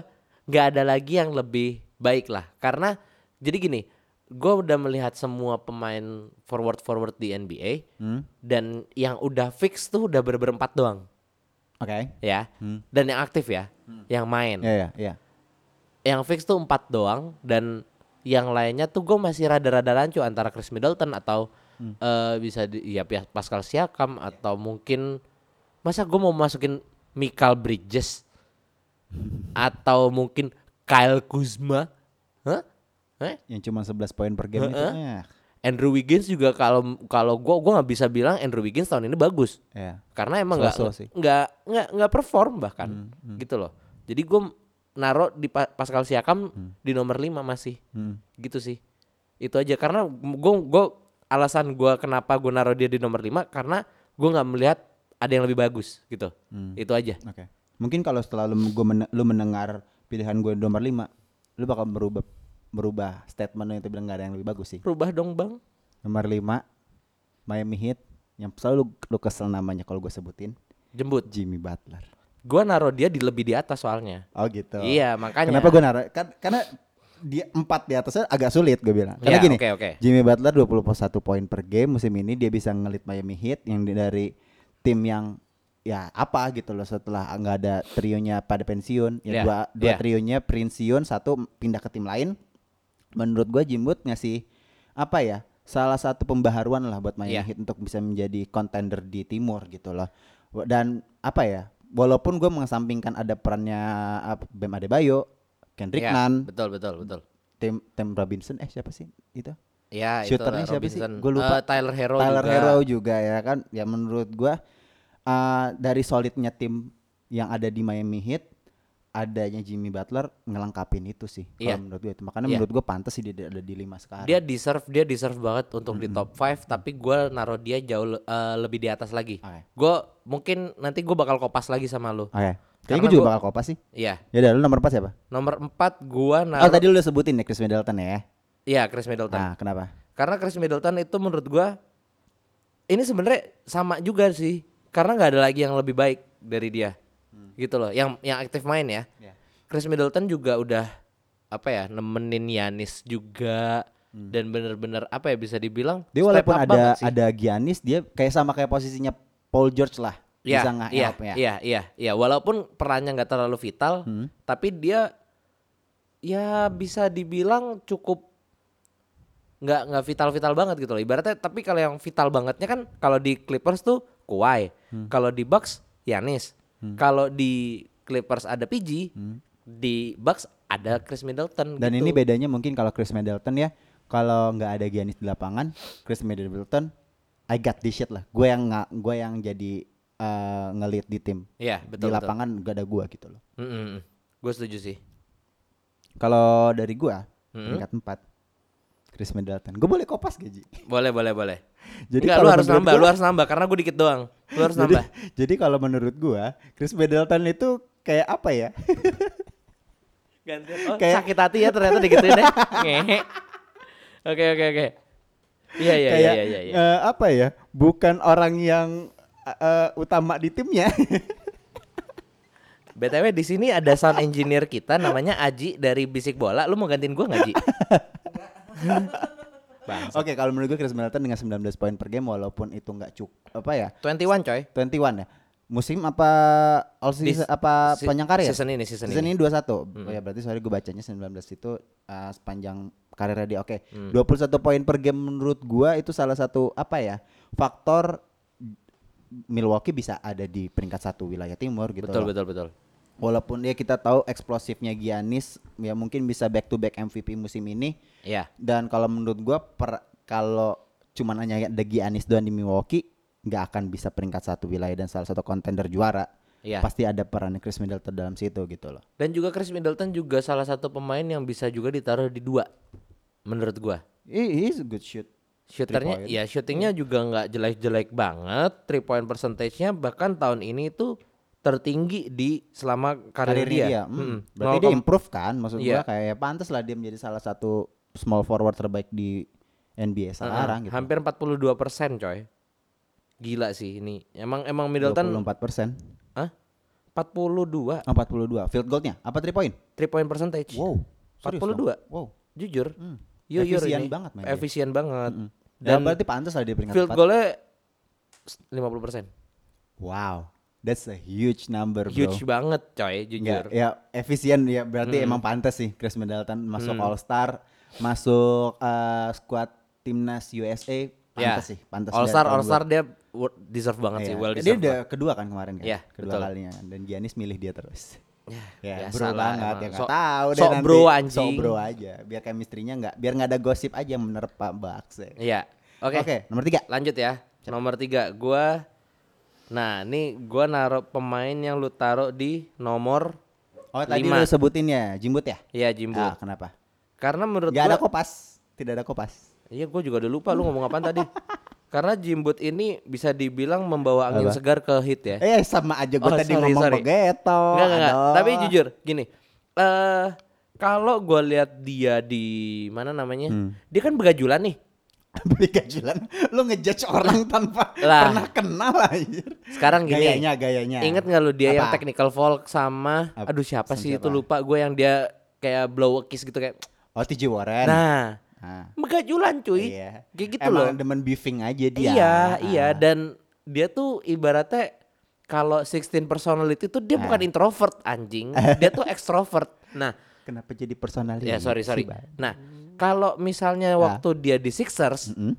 nggak ada lagi yang lebih baik lah. Karena jadi gini, gue udah melihat semua pemain forward forward di NBA
Hmm,
dan yang udah fix tuh udah berempat doang
Oke.
ya.
Hmm.
Dan yang aktif ya, yang main.
Ya ya ya.
yang fix tuh empat doang dan yang lainnya tuh gue masih rada-rada rancu antara Chris Middleton atau eh, bisa di, ya Pia- Pascal Siakam atau mungkin masa gue mau masukin Michael Bridges atau mungkin Kyle Kuzma, Hah? Hah?
Yang cuma 11 poin per game itu.
Heeh.
eh,
Andrew Wiggins juga kalau kalau gue gue nggak bisa bilang Andrew Wiggins tahun ini bagus
Ya.
karena emang nggak
So-so sih.
nggak nggak nggak perform bahkan gitu loh jadi gue naruh di Pa- Pascal Siakam di nomor 5 masih
Hmm.
gitu sih itu aja karena gue gue alasan gue kenapa gue naruh dia di nomor 5 karena gue nggak melihat ada yang lebih bagus gitu
Hmm.
itu aja
Oke. Mungkin kalau setelah lu, gua mene- lu mendengar pilihan gue nomor 5, lu bakal merubah merubah statement lu yang tadi bilang gak ada yang lebih bagus sih.
rubah dong bang
Nomor 5 Miami Heat yang selalu lu- lu kesel namanya kalau gue sebutin
jembut
Jimmy Butler.
gue naruh dia di lebih di atas soalnya
Oh gitu.
iya makanya
Kenapa gue naruh? Kan, karena dia empat di atasnya agak sulit gue bilang. Karena
Iya,
gini,
oke, oke.
Jimmy Butler 21 poin per game musim ini dia bisa ngelit Miami Heat yang di- dari tim yang ya apa gitu loh setelah nggak ada trionya pada pensiun
Iya,
ya dua dua
iya.
trionya pensiun satu pindah ke tim lain menurut gue Jimboot ngasih apa ya salah satu pembaharuan lah buat Miami
Iya.
Heat untuk bisa menjadi contender di timur gitu loh Wa- dan apa ya walaupun gue mengesampingkan ada perannya ap- Bam Adebayo Kendrick
Iya,
Nunn
betul betul betul
Tim Tim Robinson eh siapa sih itu?
ya
Shooternya
itu
siapa sih?
Robinson
Gua lupa.
Eh, Tyler Hero
Tyler
juga.
Hero juga ya kan. Ya menurut gua eh, dari solidnya tim yang ada di Miami Heat adanya Jimmy Butler ngelengkapin itu sih
Iya.
kalau menurut gue itu makanya
Iya.
menurut gue pantas sih dia ada di lima sekarang
dia deserve dia deserve banget untuk di
Hmm.
top 5 tapi gue naruh dia jauh le- eh, lebih di atas lagi
Oke.
gue mungkin nanti gue bakal kopas lagi sama lu
oke tadi
Karena
gue juga
gua-
bakal kopas sih
iya
ya udah lu nomor empat siapa
nomor 4 gue
oh
naruh
tadi lu udah sebutin ya Chris Middleton ya
iya Chris Nah, Middleton
nah kenapa
karena Chris Middleton itu menurut gue ini sebenarnya sama juga sih karena nggak ada lagi yang lebih baik dari dia gitu loh yang yang aktif main ya
Hmm. Iya.
Chris Middleton juga udah apa ya nemenin Yanis juga dan bener-bener apa ya bisa dibilang
Hmm. dia
step
walaupun
up
ada
banget sih.
ada Giannis dia kayak sama kayak posisinya Paul George lah
Iya,
bisa nggak ya?
iya, iya, iya, iya. Walaupun perannya nggak terlalu vital,
Hmm.
tapi dia ya bisa dibilang cukup nggak nggak vital-vital banget gitu loh. Ibaratnya tapi kalau yang vital bangetnya kan kalau di Clippers tuh Kawhi,
Hmm.
kalau di Bucks Yanis, kalau di Clippers ada PG, di Bucks ada Chris Middleton.
Hmm.
gitu.
Dan ini bedanya mungkin kalau Chris Middleton ya, kalau nggak ada Giannis di lapangan, Chris Middleton I got this shit lah. Gue yang nggak, gue yang jadi eh, ngelit di tim.
Iya, betul, Hmm,
di
betul.
lapangan nggak ada gue gitu loh.
gue setuju sih.
Kalau dari gue
Hmm.
peringkat empat, Chris Middleton. Gue boleh kopas gaji.
Boleh, boleh, boleh. Jadi
Jadi
Enggak, lu
kalau
harus
menurut
nambah,
gua-
lu harus nambah karena gue dikit doang. Lu harus
jadi,
nambah.
jadi kalau menurut gue, Chris Middleton itu kayak apa ya?
Ganti. Oh,
Kayak-
sakit hati ya ternyata digituin ya. Ngehe. Oke oke oke. Iya iya iya
kayak
iya iya.
eh, apa ya? Bukan orang yang eh, eh, utama di timnya.
BTW di sini ada sound engineer kita namanya Aji dari Bisik Bola. Lu mau gantiin gua nggak Ji? Bang,
Oke, kalau menurut gue Chris Middleton dengan 19 poin per game walaupun itu nggak cukup apa ya?
21 coy.
21 ya. Musim apa all
Di
season
se-
apa
se-
panjang karir?
Season ini, season,
ya? Season
ini.
ini 21. Oh ya berarti sorry gue bacanya 19 itu uh, sepanjang karirnya dia. Oke.
Mm.
21 poin per game menurut gua itu salah satu apa ya? Faktor Milwaukee bisa ada di peringkat satu wilayah timur gitu.
betul,
loh.
betul, betul.
Walaupun ya kita tahu eksplosifnya Giannis ya mungkin bisa back to back MVP musim ini
Iya.
dan kalau menurut gua per kalau cuman hanya ada Giannis doang di Milwaukee nggak akan bisa peringkat satu wilayah dan salah satu kontender juara.
Iya.
Pasti ada peran Chris Middleton dalam situ gitu loh.
Dan juga Chris Middleton juga salah satu pemain yang bisa juga ditaruh di dua menurut gua.
He is a good shoot.
Shooternya
point.
ya shootingnya juga nggak jelek-jelek banget. Three point percentage-nya bahkan tahun ini tuh tertinggi di selama karir,
Karirnya
dia.
dia. hmm.
Mm-mm.
Berarti
Nol
dia
kom-
improve kan maksud
Iya.
gua kayak ya pantas lah dia menjadi salah satu small forward terbaik di NBA sekarang gitu.
Hampir 42 persen coy. Gila sih ini. Emang emang Middleton
24 persen,
Hah? 42
42 field goalnya apa three point?
three point percentage.
Wow, serius dong.
42.
Wow,
Jujur.
Yo,
Yuyur
efisien
ini.
banget main. dia.
Efisien banget.
Dan
Dan
Ya, berarti pantas lah dia peringkat
field
empat.
goalnya 50 persen.
Wow, that's a huge number, bro.
Huge banget coy, jujur.
Nggak, ya efisien ya berarti emang pantas sih Chris Middleton masuk All Star, masuk eh, squad timnas
Ya.
USA pantas sih, pantas.
All Star,
dari
All
tahun
Star dia wor- deserve banget sih,
Iya.
well
Dia
deserve.
udah kedua kan kemarin kan?
Iya,
kedua
betul.
kalinya kan. Dan Giannis milih dia terus. Ya,
biasa
bro
lah
banget ya
emang.
nggak
Sok-
tahu deh
sok
nanti.
bro,
Sok
anjing.
bro aja. Biar chemistry-nya nggak, biar nggak ada gosip aja yang menerpa Bucks. ya.
Iya. Oke.
nomor tiga.
Lanjut ya. Nomor tiga gua Nah, nih gua naruh pemain yang lu taruh di nomor
Oh tadi
Lima.
lu sebutin ya, Jimbut ya?
ya Jimbo.
Ah, kenapa?
Karena menurut
Gak ada
gua
kopas, tidak ada kopas.
Iya, gua juga udah lupa lu ngomong apaan tadi. Karena Jimbut ini bisa dibilang membawa angin
Apa?
segar ke hit ya.
Eh sama aja gue
Oh,
tadi
sorry,
ngomong
sorry. Enggak,
begitu.
enggak, enggak.
aduh.
Tapi jujur gini. Eh kalau gua lihat dia di mana namanya?
Hmm.
Dia kan begajulan nih.
beli gajilan, lu ngejudge orang tanpa
Lah.
pernah kenal aja.
Sekarang gini.
Gayanya, gayanya.
Ingat nggak lu dia yang
Ya. Apa?
technical fault sama
Ap-
aduh siapa
sama
sih itu
siapa?
lupa gue yang dia kayak blow a kiss gitu kayak.
Oh TJ Warren.
Nah,
Ah,
begajulan cuy.
iya.
Kayak gitu
Emang
loh.
demen beefing aja dia.
Iya,
Ah.
iya dan dia tuh ibaratnya kalau 16 personality tuh
Ah.
dia bukan introvert anjing, dia tuh extrovert. Nah,
Kenapa jadi personal
ya
ini
sorry
sih,
sorry.
Bang?
Nah, kalau
Ah.
misalnya waktu dia di Sixers
Mm-mm.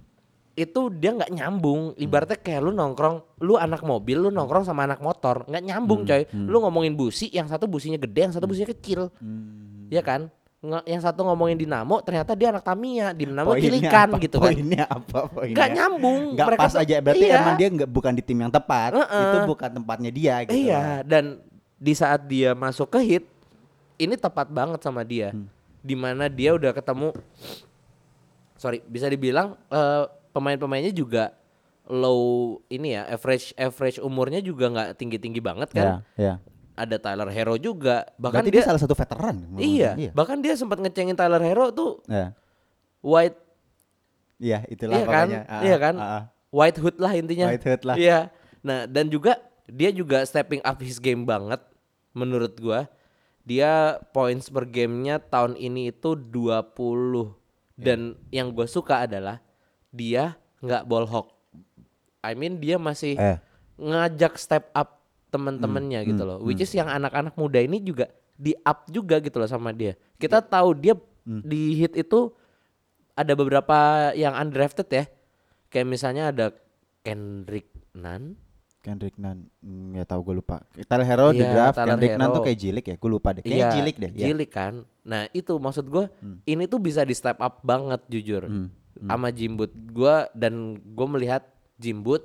itu dia nggak nyambung
Hmm.
ibaratnya kayak lu nongkrong lu anak mobil lu nongkrong sama anak motor nggak
Hmm.
nyambung coy lu ngomongin busi yang satu businya gede yang satu businya kecil
Hmm.
ya kan Nge- yang satu ngomongin dinamo ternyata dia anak Tamiya dinamo
Poinnya
cilikan
apa?
gitu kan
Poinnya apa poinnya?
nggak nyambung
Nggak pas
tuh-
aja berarti
iya,
emang dia nggak bukan di tim yang tepat.
Heeh.
Itu bukan tempatnya dia gitu.
iya
loh.
dan di saat dia masuk ke hit ini tepat banget sama dia
Hmm.
dimana dia udah ketemu sorry bisa dibilang eh, pemain-pemainnya juga low ini ya average average umurnya juga nggak tinggi tinggi banget kan
Iya, iya.
ada Tyler Hero juga bahkan
Berarti
dia,
dia, salah satu veteran.
iya, bahkan dia sempat ngecengin Tyler Hero tuh
Iya.
white
Iya, itulah
iya kan
pokoknya. Ah,
iya kan
ah, ah.
white hood lah intinya
White Hood lah.
iya nah dan juga dia juga stepping up his game banget menurut gua dia points per gamenya tahun ini itu 20
Iya.
dan yang gue suka adalah dia nggak ball hawk I mean dia masih
Eh.
ngajak step up
Hmm,
temen-temennya gitu loh. Which is yang anak-anak muda ini juga di up juga gitu loh sama dia. Kita
Iya.
tahu dia
Hmm.
di hit itu ada beberapa yang undrafted ya. Kayak misalnya ada Kendrick Nunn.
Kendrick Nunn, hmm, ya tahu gue lupa. Tyler Hero di
Iya,
draft,
Tyler
Kendrick Nunn
Hero.
tuh kayak jilik ya, gue lupa deh. Kayaknya
Iya,
jilik deh. iya. Hmm.
Jilik kan. Nah, itu maksud gua ini tuh bisa di step up banget jujur. Sama Jimbut gua dan gua melihat Jimbut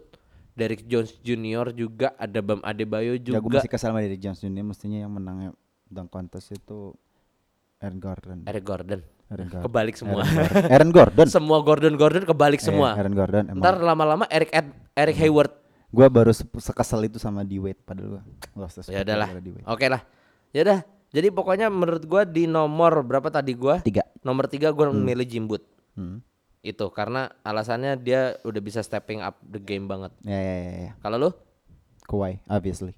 Derrick Jones Junior juga ada Bam Adebayo
Ya, gue
juga.
masih kesal sama diri Jones Junior, mestinya yang menangnya dunk contest itu Aaron Gordon.
Eric Gordon.
Aaron Gordon.
Kebalik semua.
Aaron Gordon. Aaron Gordon.
semua Gordon Gordon kebalik
Eh,
semua.
Aaron Gordon emang.
Ntar lama-lama Eric Ed- Eric Hayward.
Gue baru se- sekesal itu sama D Wade padahal gue lost
Ya udahlah.
D Wade.
Oke lah. Ya udah. Jadi pokoknya menurut gua di nomor berapa tadi gua?
Tiga.
Nomor tiga gua memilih Jimbut.
Hmm.
Itu karena alasannya dia udah bisa stepping up the game banget.
Ya ya ya. ya.
Kalau lu?
Kawhi, obviously.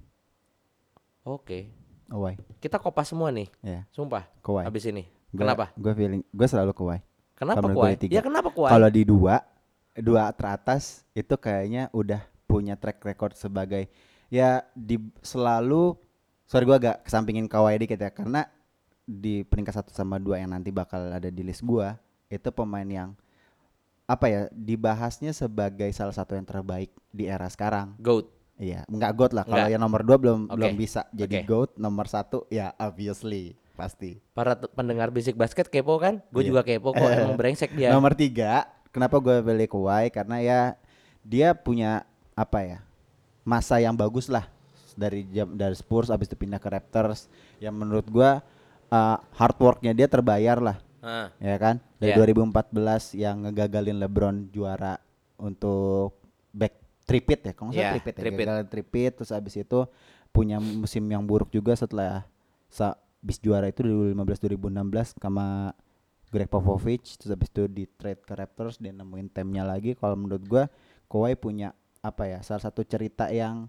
Oke.
Kawhi.
Kita kopas semua nih.
Ya,
Sumpah.
Kawhi.
Abis ini.
Gua-
Kenapa?
Gue feeling, gue selalu Kawhi.
Kenapa
Kalau menurut
kuai?
gue di tiga.
Ya kenapa kuai?
Kalau di dua, dua teratas itu kayaknya udah punya track record sebagai ya di selalu. Sorry gue agak kesampingin Kawhi dikit ya karena di peringkat satu sama dua yang nanti bakal ada di list gue itu pemain yang apa ya dibahasnya sebagai salah satu yang terbaik di era sekarang.
Goat.
Iya, nggak goat lah. Kalau
Nggak.
yang nomor dua belum
Oke.
belum bisa jadi
Oke.
goat. Nomor satu ya obviously pasti.
Para t- pendengar bisik basket kepo kan? Gue
Iya.
juga kepo kok emang brengsek dia.
Nomor tiga, kenapa gue pilih Kawhi? Karena ya dia punya apa ya masa yang bagus lah dari jam dari Spurs abis itu pindah ke Raptors. Yang menurut gue eh, hard worknya dia terbayar lah,
Ah,
ya kan? Dari
Iya.
2014 yang ngegagalin LeBron juara untuk back tripit ya, kalau nggak salah
Iya,
tripit ya,
tripit.
gagal tripit. Terus abis itu punya musim yang buruk juga setelah sa- abis juara itu 2015-2016 sama Greg Popovich terus abis itu di trade ke Raptors dia nemuin timnya lagi kalau menurut gua Kawhi punya apa ya salah satu cerita yang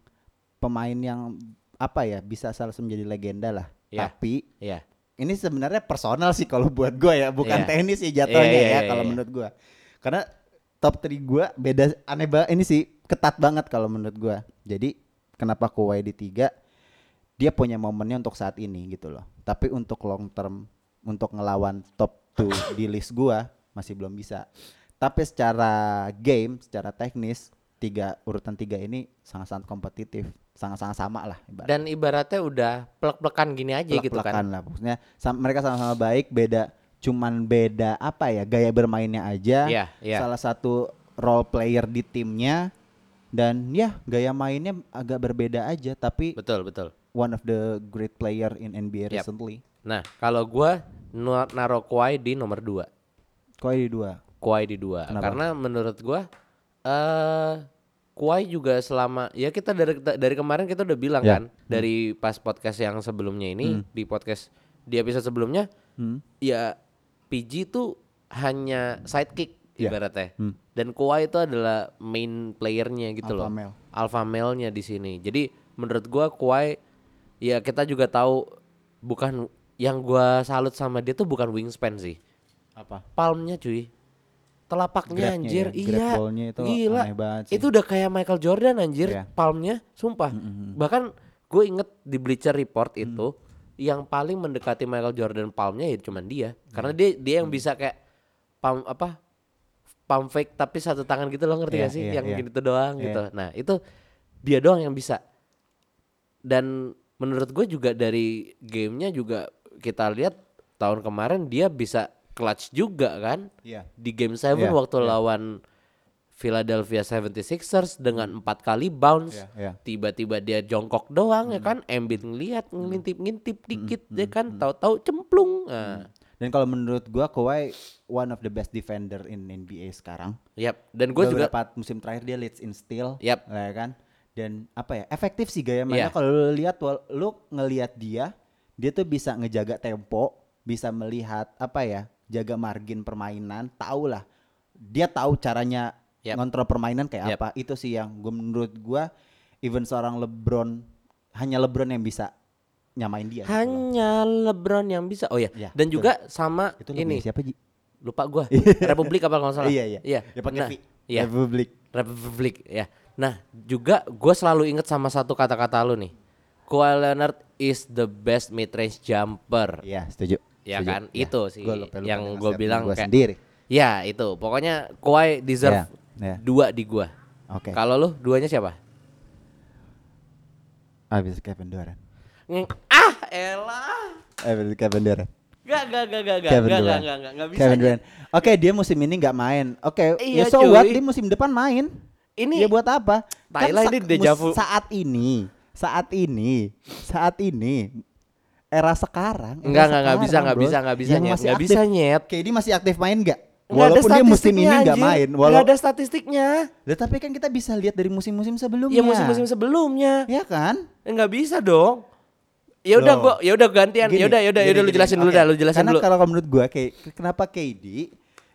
pemain yang apa ya bisa salah satu menjadi legenda lah
Iya.
tapi
Iya.
ini sebenarnya personal sih kalau buat gua ya bukan
Iya.
teknis sih jatuhnya
Iya, iya,
ya
iya,
kalau
iya.
menurut gua karena top 3 gua beda aneh banget ini sih ketat banget kalau menurut gua jadi kenapa Kawhi di tiga dia punya momennya untuk saat ini gitu loh tapi untuk long term untuk ngelawan top 2 di list gua masih belum bisa tapi secara game secara teknis tiga urutan tiga ini sangat-sangat kompetitif sangat-sangat sama lah ibaratnya
Dan ibaratnya udah plek-plekan gini aja gitu kan.
plek-plekan lah maksudnya sam- mereka sama-sama baik beda cuman beda apa ya gaya bermainnya aja
Iya, iya.
salah satu role player di timnya dan ya gaya mainnya agak berbeda aja tapi
Betul, betul.
one of the great player in NBA
Yap.
recently
Nah, kalau gua nu- naro kuai di nomor 2.
Kawhi di dua
Kuai di dua
Kenapa?
karena menurut gua eh Kuai juga selama ya kita dari dari kemarin kita udah bilang
Ya.
kan dari pas podcast yang sebelumnya ini di podcast di episode sebelumnya
Hmm.
ya PG itu hanya sidekick
Ya.
ibaratnya
Hmm.
dan Kuai itu adalah main playernya gitu loh
Alpha male.
alpha male-nya di sini jadi menurut gua Kuai ya kita juga tahu bukan yang gua salut sama dia tuh bukan wingspan sih
apa
palmnya cuy telapaknya
Grabnya
anjir
ya,
iya
grab ball-nya itu
gila
aneh banget sih.
itu udah kayak Michael Jordan anjir
Iya.
palmnya sumpah bahkan gue inget di Bleacher Report
Mm.
itu yang paling mendekati Michael Jordan palmnya ya cuman dia
Iya.
karena dia dia
Mm.
yang bisa kayak palm apa palm fake tapi satu tangan gitu loh ngerti
Iya,
gak sih
iya,
yang
iya.
gitu doang
Iya.
gitu nah itu dia doang yang bisa dan menurut gue juga dari gamenya juga kita lihat tahun kemarin dia bisa clutch juga kan
Iya.
di game 7
Iya,
waktu lawan Philadelphia 76ers dengan empat kali bounce
Iya, iya. Hmm.
tiba-tiba dia jongkok doang ya kan Embiid ngelihat ngintip-ngintip dikit ya kan tahu-tahu
Hmm.
cemplung nah,
dan kalau menurut gua Kawhi one of the best defender in NBA sekarang
yap dan gue juga
beberapa musim terakhir dia leads in steal,
Yap.
ya kan? Dan apa ya? Efektif sih gaya mainnya
Iya.
kalau lu lihat wal- lu ngelihat dia, dia tuh bisa ngejaga tempo, bisa melihat apa ya? Jaga margin permainan, tahu lah. Dia tahu caranya
Yap.
ngontrol permainan kayak
Yap.
apa. Itu sih yang gue menurut gua even seorang LeBron hanya LeBron yang bisa nyamain dia. gitu loh.
hanya LeBron yang bisa oh ya
Iya,
dan
betul.
juga sama
Itu
ini
ini siapa Ji?
lupa gua Republik apa kalau nggak salah
iya iya.
iya
Dia pakai
Nah,
V.
iya
Republic.
Republik ya. Nah, juga gue selalu inget sama satu kata-kata lu nih. Kawhi Leonard is the best mid-range jumper.
Iya, setuju.
Ya
Setuju.
kan?
Iya.
Itu sih
Gua lupa- lupa
yang
dengan
gua
statement
bilang
gua
kayak-
sendiri.
Ya, itu. Pokoknya Kawhi deserve
Iya, iya.
dua di gua.
Oke.
Kalau lu duanya siapa?
Abis Kevin Durant. Eh,
Ng- Ah, elah.
Abis Kevin Durant.
Gak, gak, gak, gak, gak,
Kevin
gak, gak,
Durant.
gak, gak, gak bisa.
Kevin Durant. Oke, dia musim ini nggak main. Oke,
Iya,
ya so what?
cuy.
Dia musim depan main.
Ini-
ya buat apa?
Tai lah
sa-
ini deja vu.
mus- saat ini, saat ini, saat ini era sekarang.
Enggak,
era
enggak, enggak bisa,
sekarang,
enggak
bro,
bisa, enggak bisa
yang
nyet,
masih
enggak
aktif.
bisa nyet.
KD masih aktif main nggak?
Nggak ada
Walaupun dia musim ini
statistiknya,
nggak
anjir.
main.
Nggak
Walau,
ada statistiknya.
Lah, tapi kan kita bisa lihat dari musim-musim sebelumnya.
Ya musim-musim sebelumnya.
Ya kan?
Eh, nggak bisa dong. Ya udah gua
Loh.
ya udah gantian.
Gini,
Ya udah ya udah ya
gini,
udah lu
gini.
jelasin dulu
Oke.
dah, lu jelasin
Karena
dulu.
kalau menurut gua kayak kenapa KD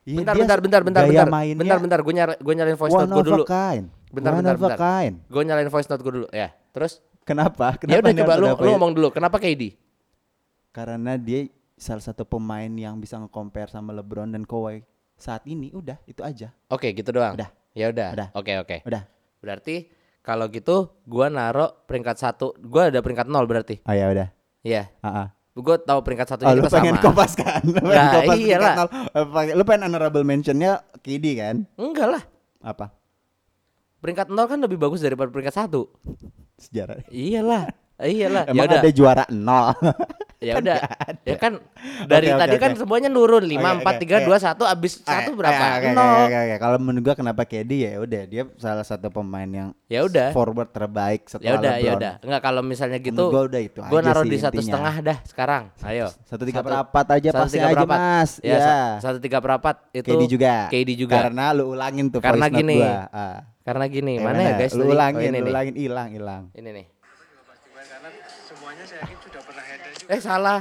ya
Bentar
dia
bentar bentar bentar
gaya
bentar.
mainnya
Bentar bentar gua nyari gua nyalain voice
one
note gua
of
dulu.
a kind.
Bentar
one
bentar
of a
bentar.
kind.
Gua nyalain voice note gua dulu. Ya, terus
Kenapa?
Ya
Kenapa
udah
ini
coba
harus
lu,
ada apa
lu
ya?
ngomong dulu. Kenapa KD?
Karena dia salah satu pemain yang bisa nge-compare sama LeBron dan Kawhi saat ini. Udah, itu aja.
Oke, gitu doang.
Udah.
Ya udah.
Udah.
Oke, oke.
Udah.
Berarti kalau gitu gua naro peringkat satu gua ada peringkat nol berarti.
Oh ya udah.
Iya.
Heeh.
Gua tahu peringkat satunya
Oh, lu
kita
pengen
sama.
kopas kan? Lu pengen
Nah,
kopas
iya
tingkat
lah.
nol. Eh, pengen- Lu pengen honorable mentionnya KD kan?
Enggak lah.
Apa?
Peringkat nol kan lebih bagus daripada peringkat satu.
Sejarah.
Iyalah. Iyalah. Ya
Emang
udah.
ada juara nol.
Ya
Kan
udah.
nggak ada.
Ya kan dari
Oke, oke,
tadi kan
oke.
semuanya nurun 5
Oke,
4
oke,
3
oke.
2 1 habis satu
Eh,
berapa?
eh, oke, oke,
Nol.
oke, oke. Kalau menurut gua kenapa KD ya udah dia salah satu pemain yang
Ya udah.
forward terbaik setelah
Ya udah,
LeBron.
ya udah. Enggak kalau misalnya gitu
Menurut gua udah itu
gua
aja
naruh
sih
di satu
intinya.
setengah dah sekarang. Ayo.
Satu tiga
Satu-
perapat aja
satu
pasti
tiga
aja
perapat.
mas.
Ya,
Ya.
sa- satu tiga perapat itu
KD juga.
KD juga.
Karena lu ulangin tuh
Karena
voice note
gini.
gua. Ah.
Karena gini,
Eh,
mana ya guys?
Lu
tadi? Oh,
ulangin,
ini
lu
nih.
ulangin hilang, hilang.
Ini nih.
karena semuanya saya yakin sudah pernah header juga.
Eh salah.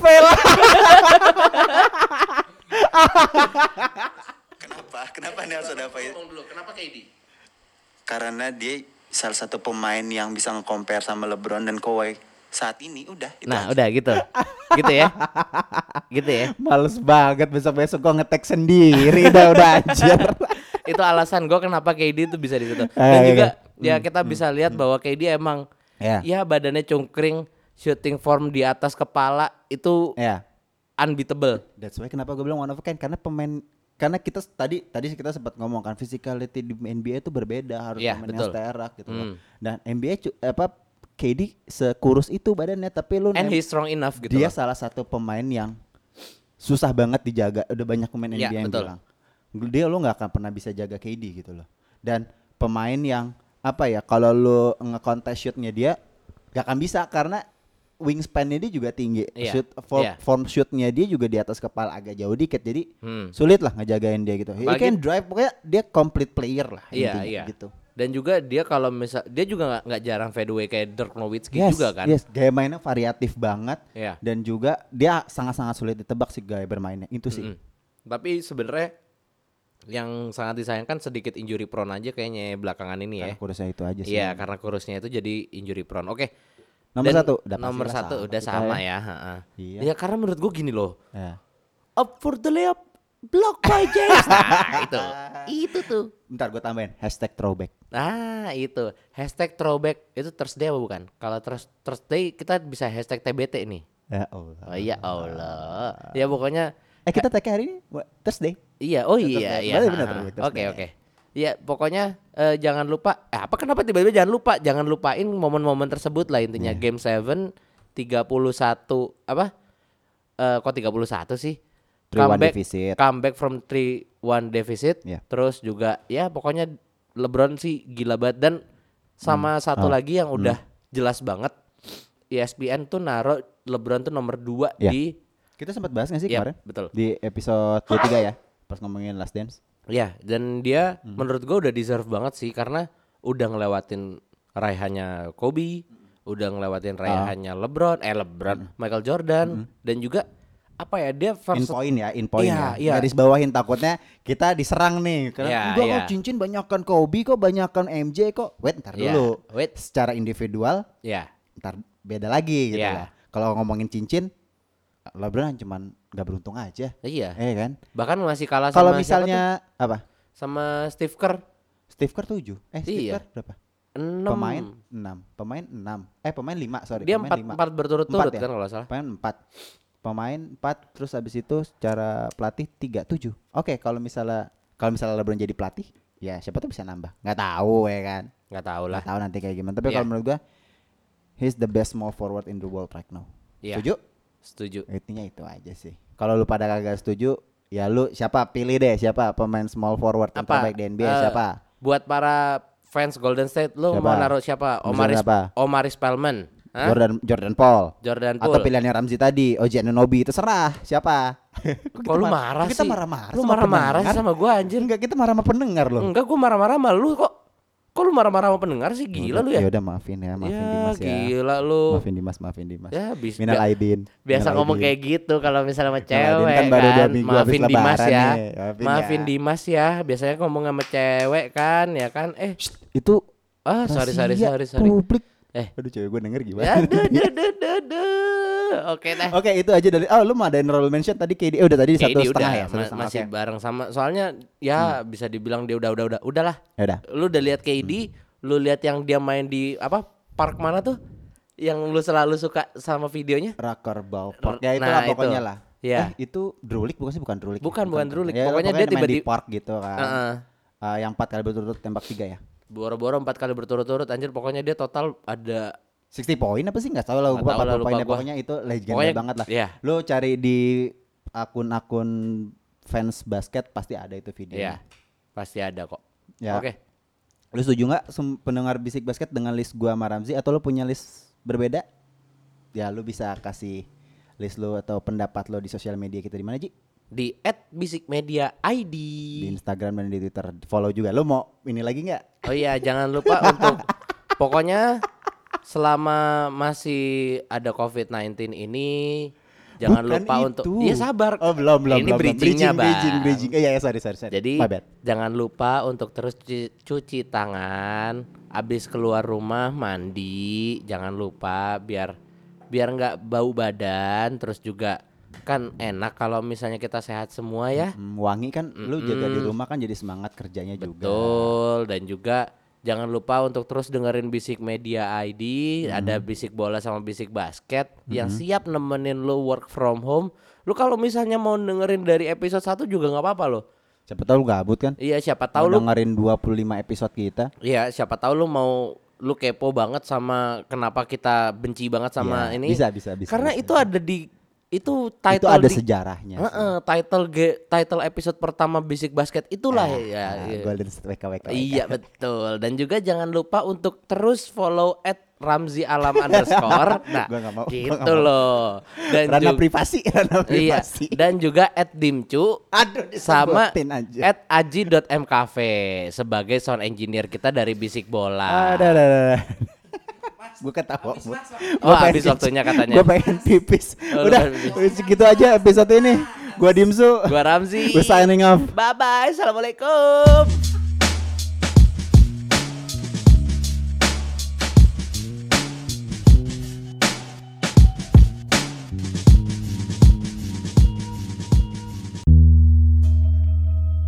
Fail.
Kenapa? Kenapa ini harus ada apa
Ngomong dulu, kenapa KD?
ya? Karena dia salah satu pemain yang bisa nge-compare sama LeBron dan Kawhi saat ini udah.
Nah, udah gitu. gitu ya. Gitu ya.
Males banget besok-besok gua ngetek sendiri udah udah anjir.
Itu alasan gue kenapa KD itu bisa di situ.
Eh,
Dan
iya,
juga
iya.
ya kita bisa lihat bahwa KD emang
Ya.
ya badannya cungkring, shooting form di atas kepala itu
Ya.
unbeatable.
That's why kenapa gue bilang one of a kind karena pemain karena kita s- tadi tadi kita sempat ngomong kan physicality di NBA itu berbeda harus
Iya,
pemain
betul.
yang sterak gitu loh.
Hmm.
Dan NBA cu- apa KD sekurus itu badannya tapi lu
And
nem-
he's strong enough gitu.
dia
loh.
salah satu pemain yang susah banget dijaga. Udah banyak pemain NBA
Iya,
yang
betul.
bilang dia lo nggak akan pernah bisa jaga KD gitu loh. Dan pemain yang apa ya kalau lo nge-contest shootnya dia gak akan bisa karena wingspannya dia juga tinggi,
Iya,
shoot form,
iya.
form shootnya dia juga di atas kepala agak jauh dikit jadi
Hmm.
sulit lah ngejagain dia gitu. He
Apalagi-
can drive pokoknya dia complete player lah
Iya,
intinya
iya.
gitu.
Dan juga dia kalau misal dia juga nggak- nggak jarang fadeaway kayak Dirk Nowitzki
Yes,
juga kan.
yes, gaya mainnya variatif banget
Iya.
dan juga dia sangat-sangat sulit ditebak sih gaya bermainnya itu sih.
Mm. Tapi sebenarnya yang sangat disayangkan sedikit injury prone aja kayaknya belakangan ini ya.
Karena kurusnya Kan itu aja sih.
Iya, karena kurusnya itu jadi injury prone. Oke.
Nomor
Dan
satu, udah pasti
nomor
lah
satu
sama
udah
kita
sama
ya.
ya. heeh.
Iya.
Ya karena menurut gue gini loh.
Ya.
Up for the layup, block by James. nah, itu. Itu tuh.
Bentar gue tambahin hashtag throwback.
Nah, itu. Hashtag throwback itu Thursday apa bukan? Kalau Thurs- Thursday kita bisa hashtag TBT nih.
Ya Allah.
Oh iya Allah. Ya pokoknya
Eh kita tag hari ini Wa- Thursday.
Iya, oh
Tetap
iya,
ya.
iya.
Berarti
ha,
benar,
ha.
benar, terus
Oke,
benar.
oke. Iya, pokoknya eh, jangan lupa. Eh, apa kenapa tiba-tiba jangan lupa? Jangan lupain momen-momen tersebut lah intinya.
Iya.
Game 7 31 apa? Eh kok 31 sih?
3-1 deficit.
Comeback from 3-1 deficit.
Iya.
Terus juga ya pokoknya LeBron sih gila banget dan sama
Hmm.
satu
Oh.
lagi yang udah jelas banget E ESPN tuh naruh LeBron tuh nomor 2
Iya.
di
Kita sempat bahas nggak sih
Iya,
kemarin?
betul.
Di episode 23 ya. Pas ngomongin Last Dance.
Ya, dan dia
Hmm.
menurut gue udah deserve banget sih karena udah ngelewatin raihannya Kobe, udah ngelewatin
Ah.
raihannya LeBron, eh
Hmm.
LeBron, Michael Jordan dan juga apa ya dia
In
versi
point ya, in point
Iya,
ya.
iya.
Garis bawahin takutnya kita diserang nih.
Iya,
Karena enggak
iya.
kok cincin banyakkan Kobe kok banyakkan MJ kok. Wait ntar
Iya,
dulu.
wait.
Secara individual
ya.
ntar beda lagi gitu
Iya.
lah. Kalau ngomongin cincin LeBron cuman gak beruntung aja.
Iya.
Eh kan?
Bahkan masih kalah sama
Kalau
siapa
misalnya apa?
tuh? sama Steve Kerr
Steve Kerr 7. Eh Steve
Iya.
Kerr berapa?
6.
Pemain 6. Pemain 6. Eh pemain 5 sorry.
dia
pemain
empat
lima.
empat berturut-turut
Empat ya?
kan kalau nggak salah.
Pemain 4. Pemain 4 terus habis itu secara pelatih 3 7. Oke, kalau misalnya kalau misalnya LeBron jadi pelatih, ya siapa tuh bisa nambah. Nggak tahu ya kan.
Nggak tahu lah.
Nggak tahu nanti kayak gimana. Tapi
Iya.
kalau menurut gua he's the best small forward in the world right now.
Iya.
Setuju?
Setuju.
Intinya itu aja sih. Kalau lu pada kagak setuju, ya lu siapa pilih deh siapa pemain small forward yang
Apa
terbaik di NBA
eh,
siapa?
Buat para fans Golden State lu
Siapa?
mau naruh siapa?
Misalnya
Omaris
apa?
Omaris Spellman. Hah?
Jordan Jordan Paul.
Jordan
Atau
Poole.
pilihannya Ramzi tadi, Oji Nobi terserah siapa. Kok
Kok lu marah
kok
sih?
Kita marah-marah.
Lu
sama
marah-marah sih
pendengar?
sama gua anjir.
Enggak, kita marah sama pendengar loh.
Enggak, gua marah-marah sama lu kok. Kok lu marah-marah sama pendengar sih? Gila lu ya.
Ya udah maafin ya, maafin Dimas ya.
gila lu.
Maafin Dimas, maafin Dimas.
Ya, bis-
Minal
bia-
Aidin.
Biasa
Minal
ngomong
Aidin.
kayak gitu kalau misalnya sama
Aidin
cewek
kan
kan.
baru dua minggu habis
Maafin Dimas
lebaran
ya.
nih, maafin
Maafin
ya.
Dimas ya. Biasanya ngomong sama cewek kan, ya kan? Eh,
Itu
Ah, sorry sorry
Rahasia
sorry sorry.
Publik.
Eh.
Aduh cewek gue denger gimana?
Ya, duh, duh, duh, duh, duh. Oke deh.
Oke itu aja dari Oh lu mau ada honorable mention tadi KD eh, udah tadi di satu
Jadi
setengah
Eh. udah
ya satu
ma-
setengah,
masih
oke. Hmm.
bareng sama soalnya ya bisa dibilang dia udah udah udah udahlah.
Ya udah
Lu udah lihat
Hmm.
KD, lu lihat yang dia main di apa park mana tuh? Yang lu selalu suka sama videonya?
Rakor
R-
Ballpark ya itulah
nah, itu.
pokoknya lah
Ya.
Eh itu Drulik bukan sih bukan Drulik
Bukan, bukan Drulik.
Ya,
Pokoknya dia
main di
tiba-tiba-
park gitu kan
Heeh.
Eh, yang empat kali berturut-turut tembak tiga ya
Boro-boro empat kali berturut-turut anjir pokoknya dia total ada
60 poin apa sih nggak tahu lah gue
Nggak
lupa
tahu lah,
40
lupa
poinnya
gua.
pokoknya itu legenda
Pokoknya-
banget lah
iya.
lo cari di akun-akun fans basket pasti ada itu
ya
videonya
pasti ada kok.
Iya. Ya.
Oke.
lu setuju nggak sem- pendengar bisik basket dengan list gua sama Ramzi atau lu punya list berbeda ya lu bisa kasih list lu atau pendapat lu di sosial media kita di mana Ji
Di @bisikmedia ID.
di Instagram dan di Twitter follow juga lu mau ini lagi nggak
Oh iya, jangan lupa untuk pokoknya selama masih ada COVID-19 ini jangan
Bukan
lupa untuk
itu.
iya sabar.
oh belum belum
Ini
belum, belum.
bridgingnya, Bang.
bridging bridging Eh, iya iya, sorry sorry, sorry.
Jadi
My bad.
jangan lupa untuk terus cuci, cuci tangan, habis keluar rumah mandi, jangan lupa biar biar nggak bau badan, terus juga kan enak kalau misalnya kita sehat semua ya.
Hmm, wangi kan lu jaga di
Mm-mm.
rumah kan jadi semangat kerjanya juga
Betul dan juga jangan lupa untuk terus dengerin Bisik Media ID, ada Bisik Bola sama Bisik Basket yang siap nemenin lo work from home. Lu kalau misalnya mau dengerin dari episode 1 juga nggak apa-apa lo.
siapa tahu lu gabut kan
Iya, siapa tahu
tahu
lu
dengerin 25 episode kita
Iya, siapa tahu lu mau lu kepo banget sama kenapa kita benci banget sama
Ya,
ini.
bisa bisa bisa
Karena
bisa.
itu ada di itu
itu
title
ada
di-
sejarahnya sih.
Heeh, title ge- title episode pertama Bisik Basket itulah
Ah,
ya.
ah,
iya.
Golden State WK WK.
Iya betul dan juga jangan lupa untuk terus follow at Ramzi Alam underscore nah
Gua nggak mau, gua nggak
gitu
mau.
loh dan
Rana
juga
privasi, rana
iya
privasi.
dan juga at Dimcu
Aduh,
sama
disebutin aja.
at aji.mkv sebagai sound engineer kita dari Bisik Bola
Ada, ada, ada. Gue ketawa. Gua
Oh, habis
pengen pipis.
waktunya katanya.
Gua pengen pipis.
Oh, lu
Udah,
pengen
segitu aja episode ini. Gua Dimsu.
gua Ramzi
We're signing off.
bye bye assalamualaikum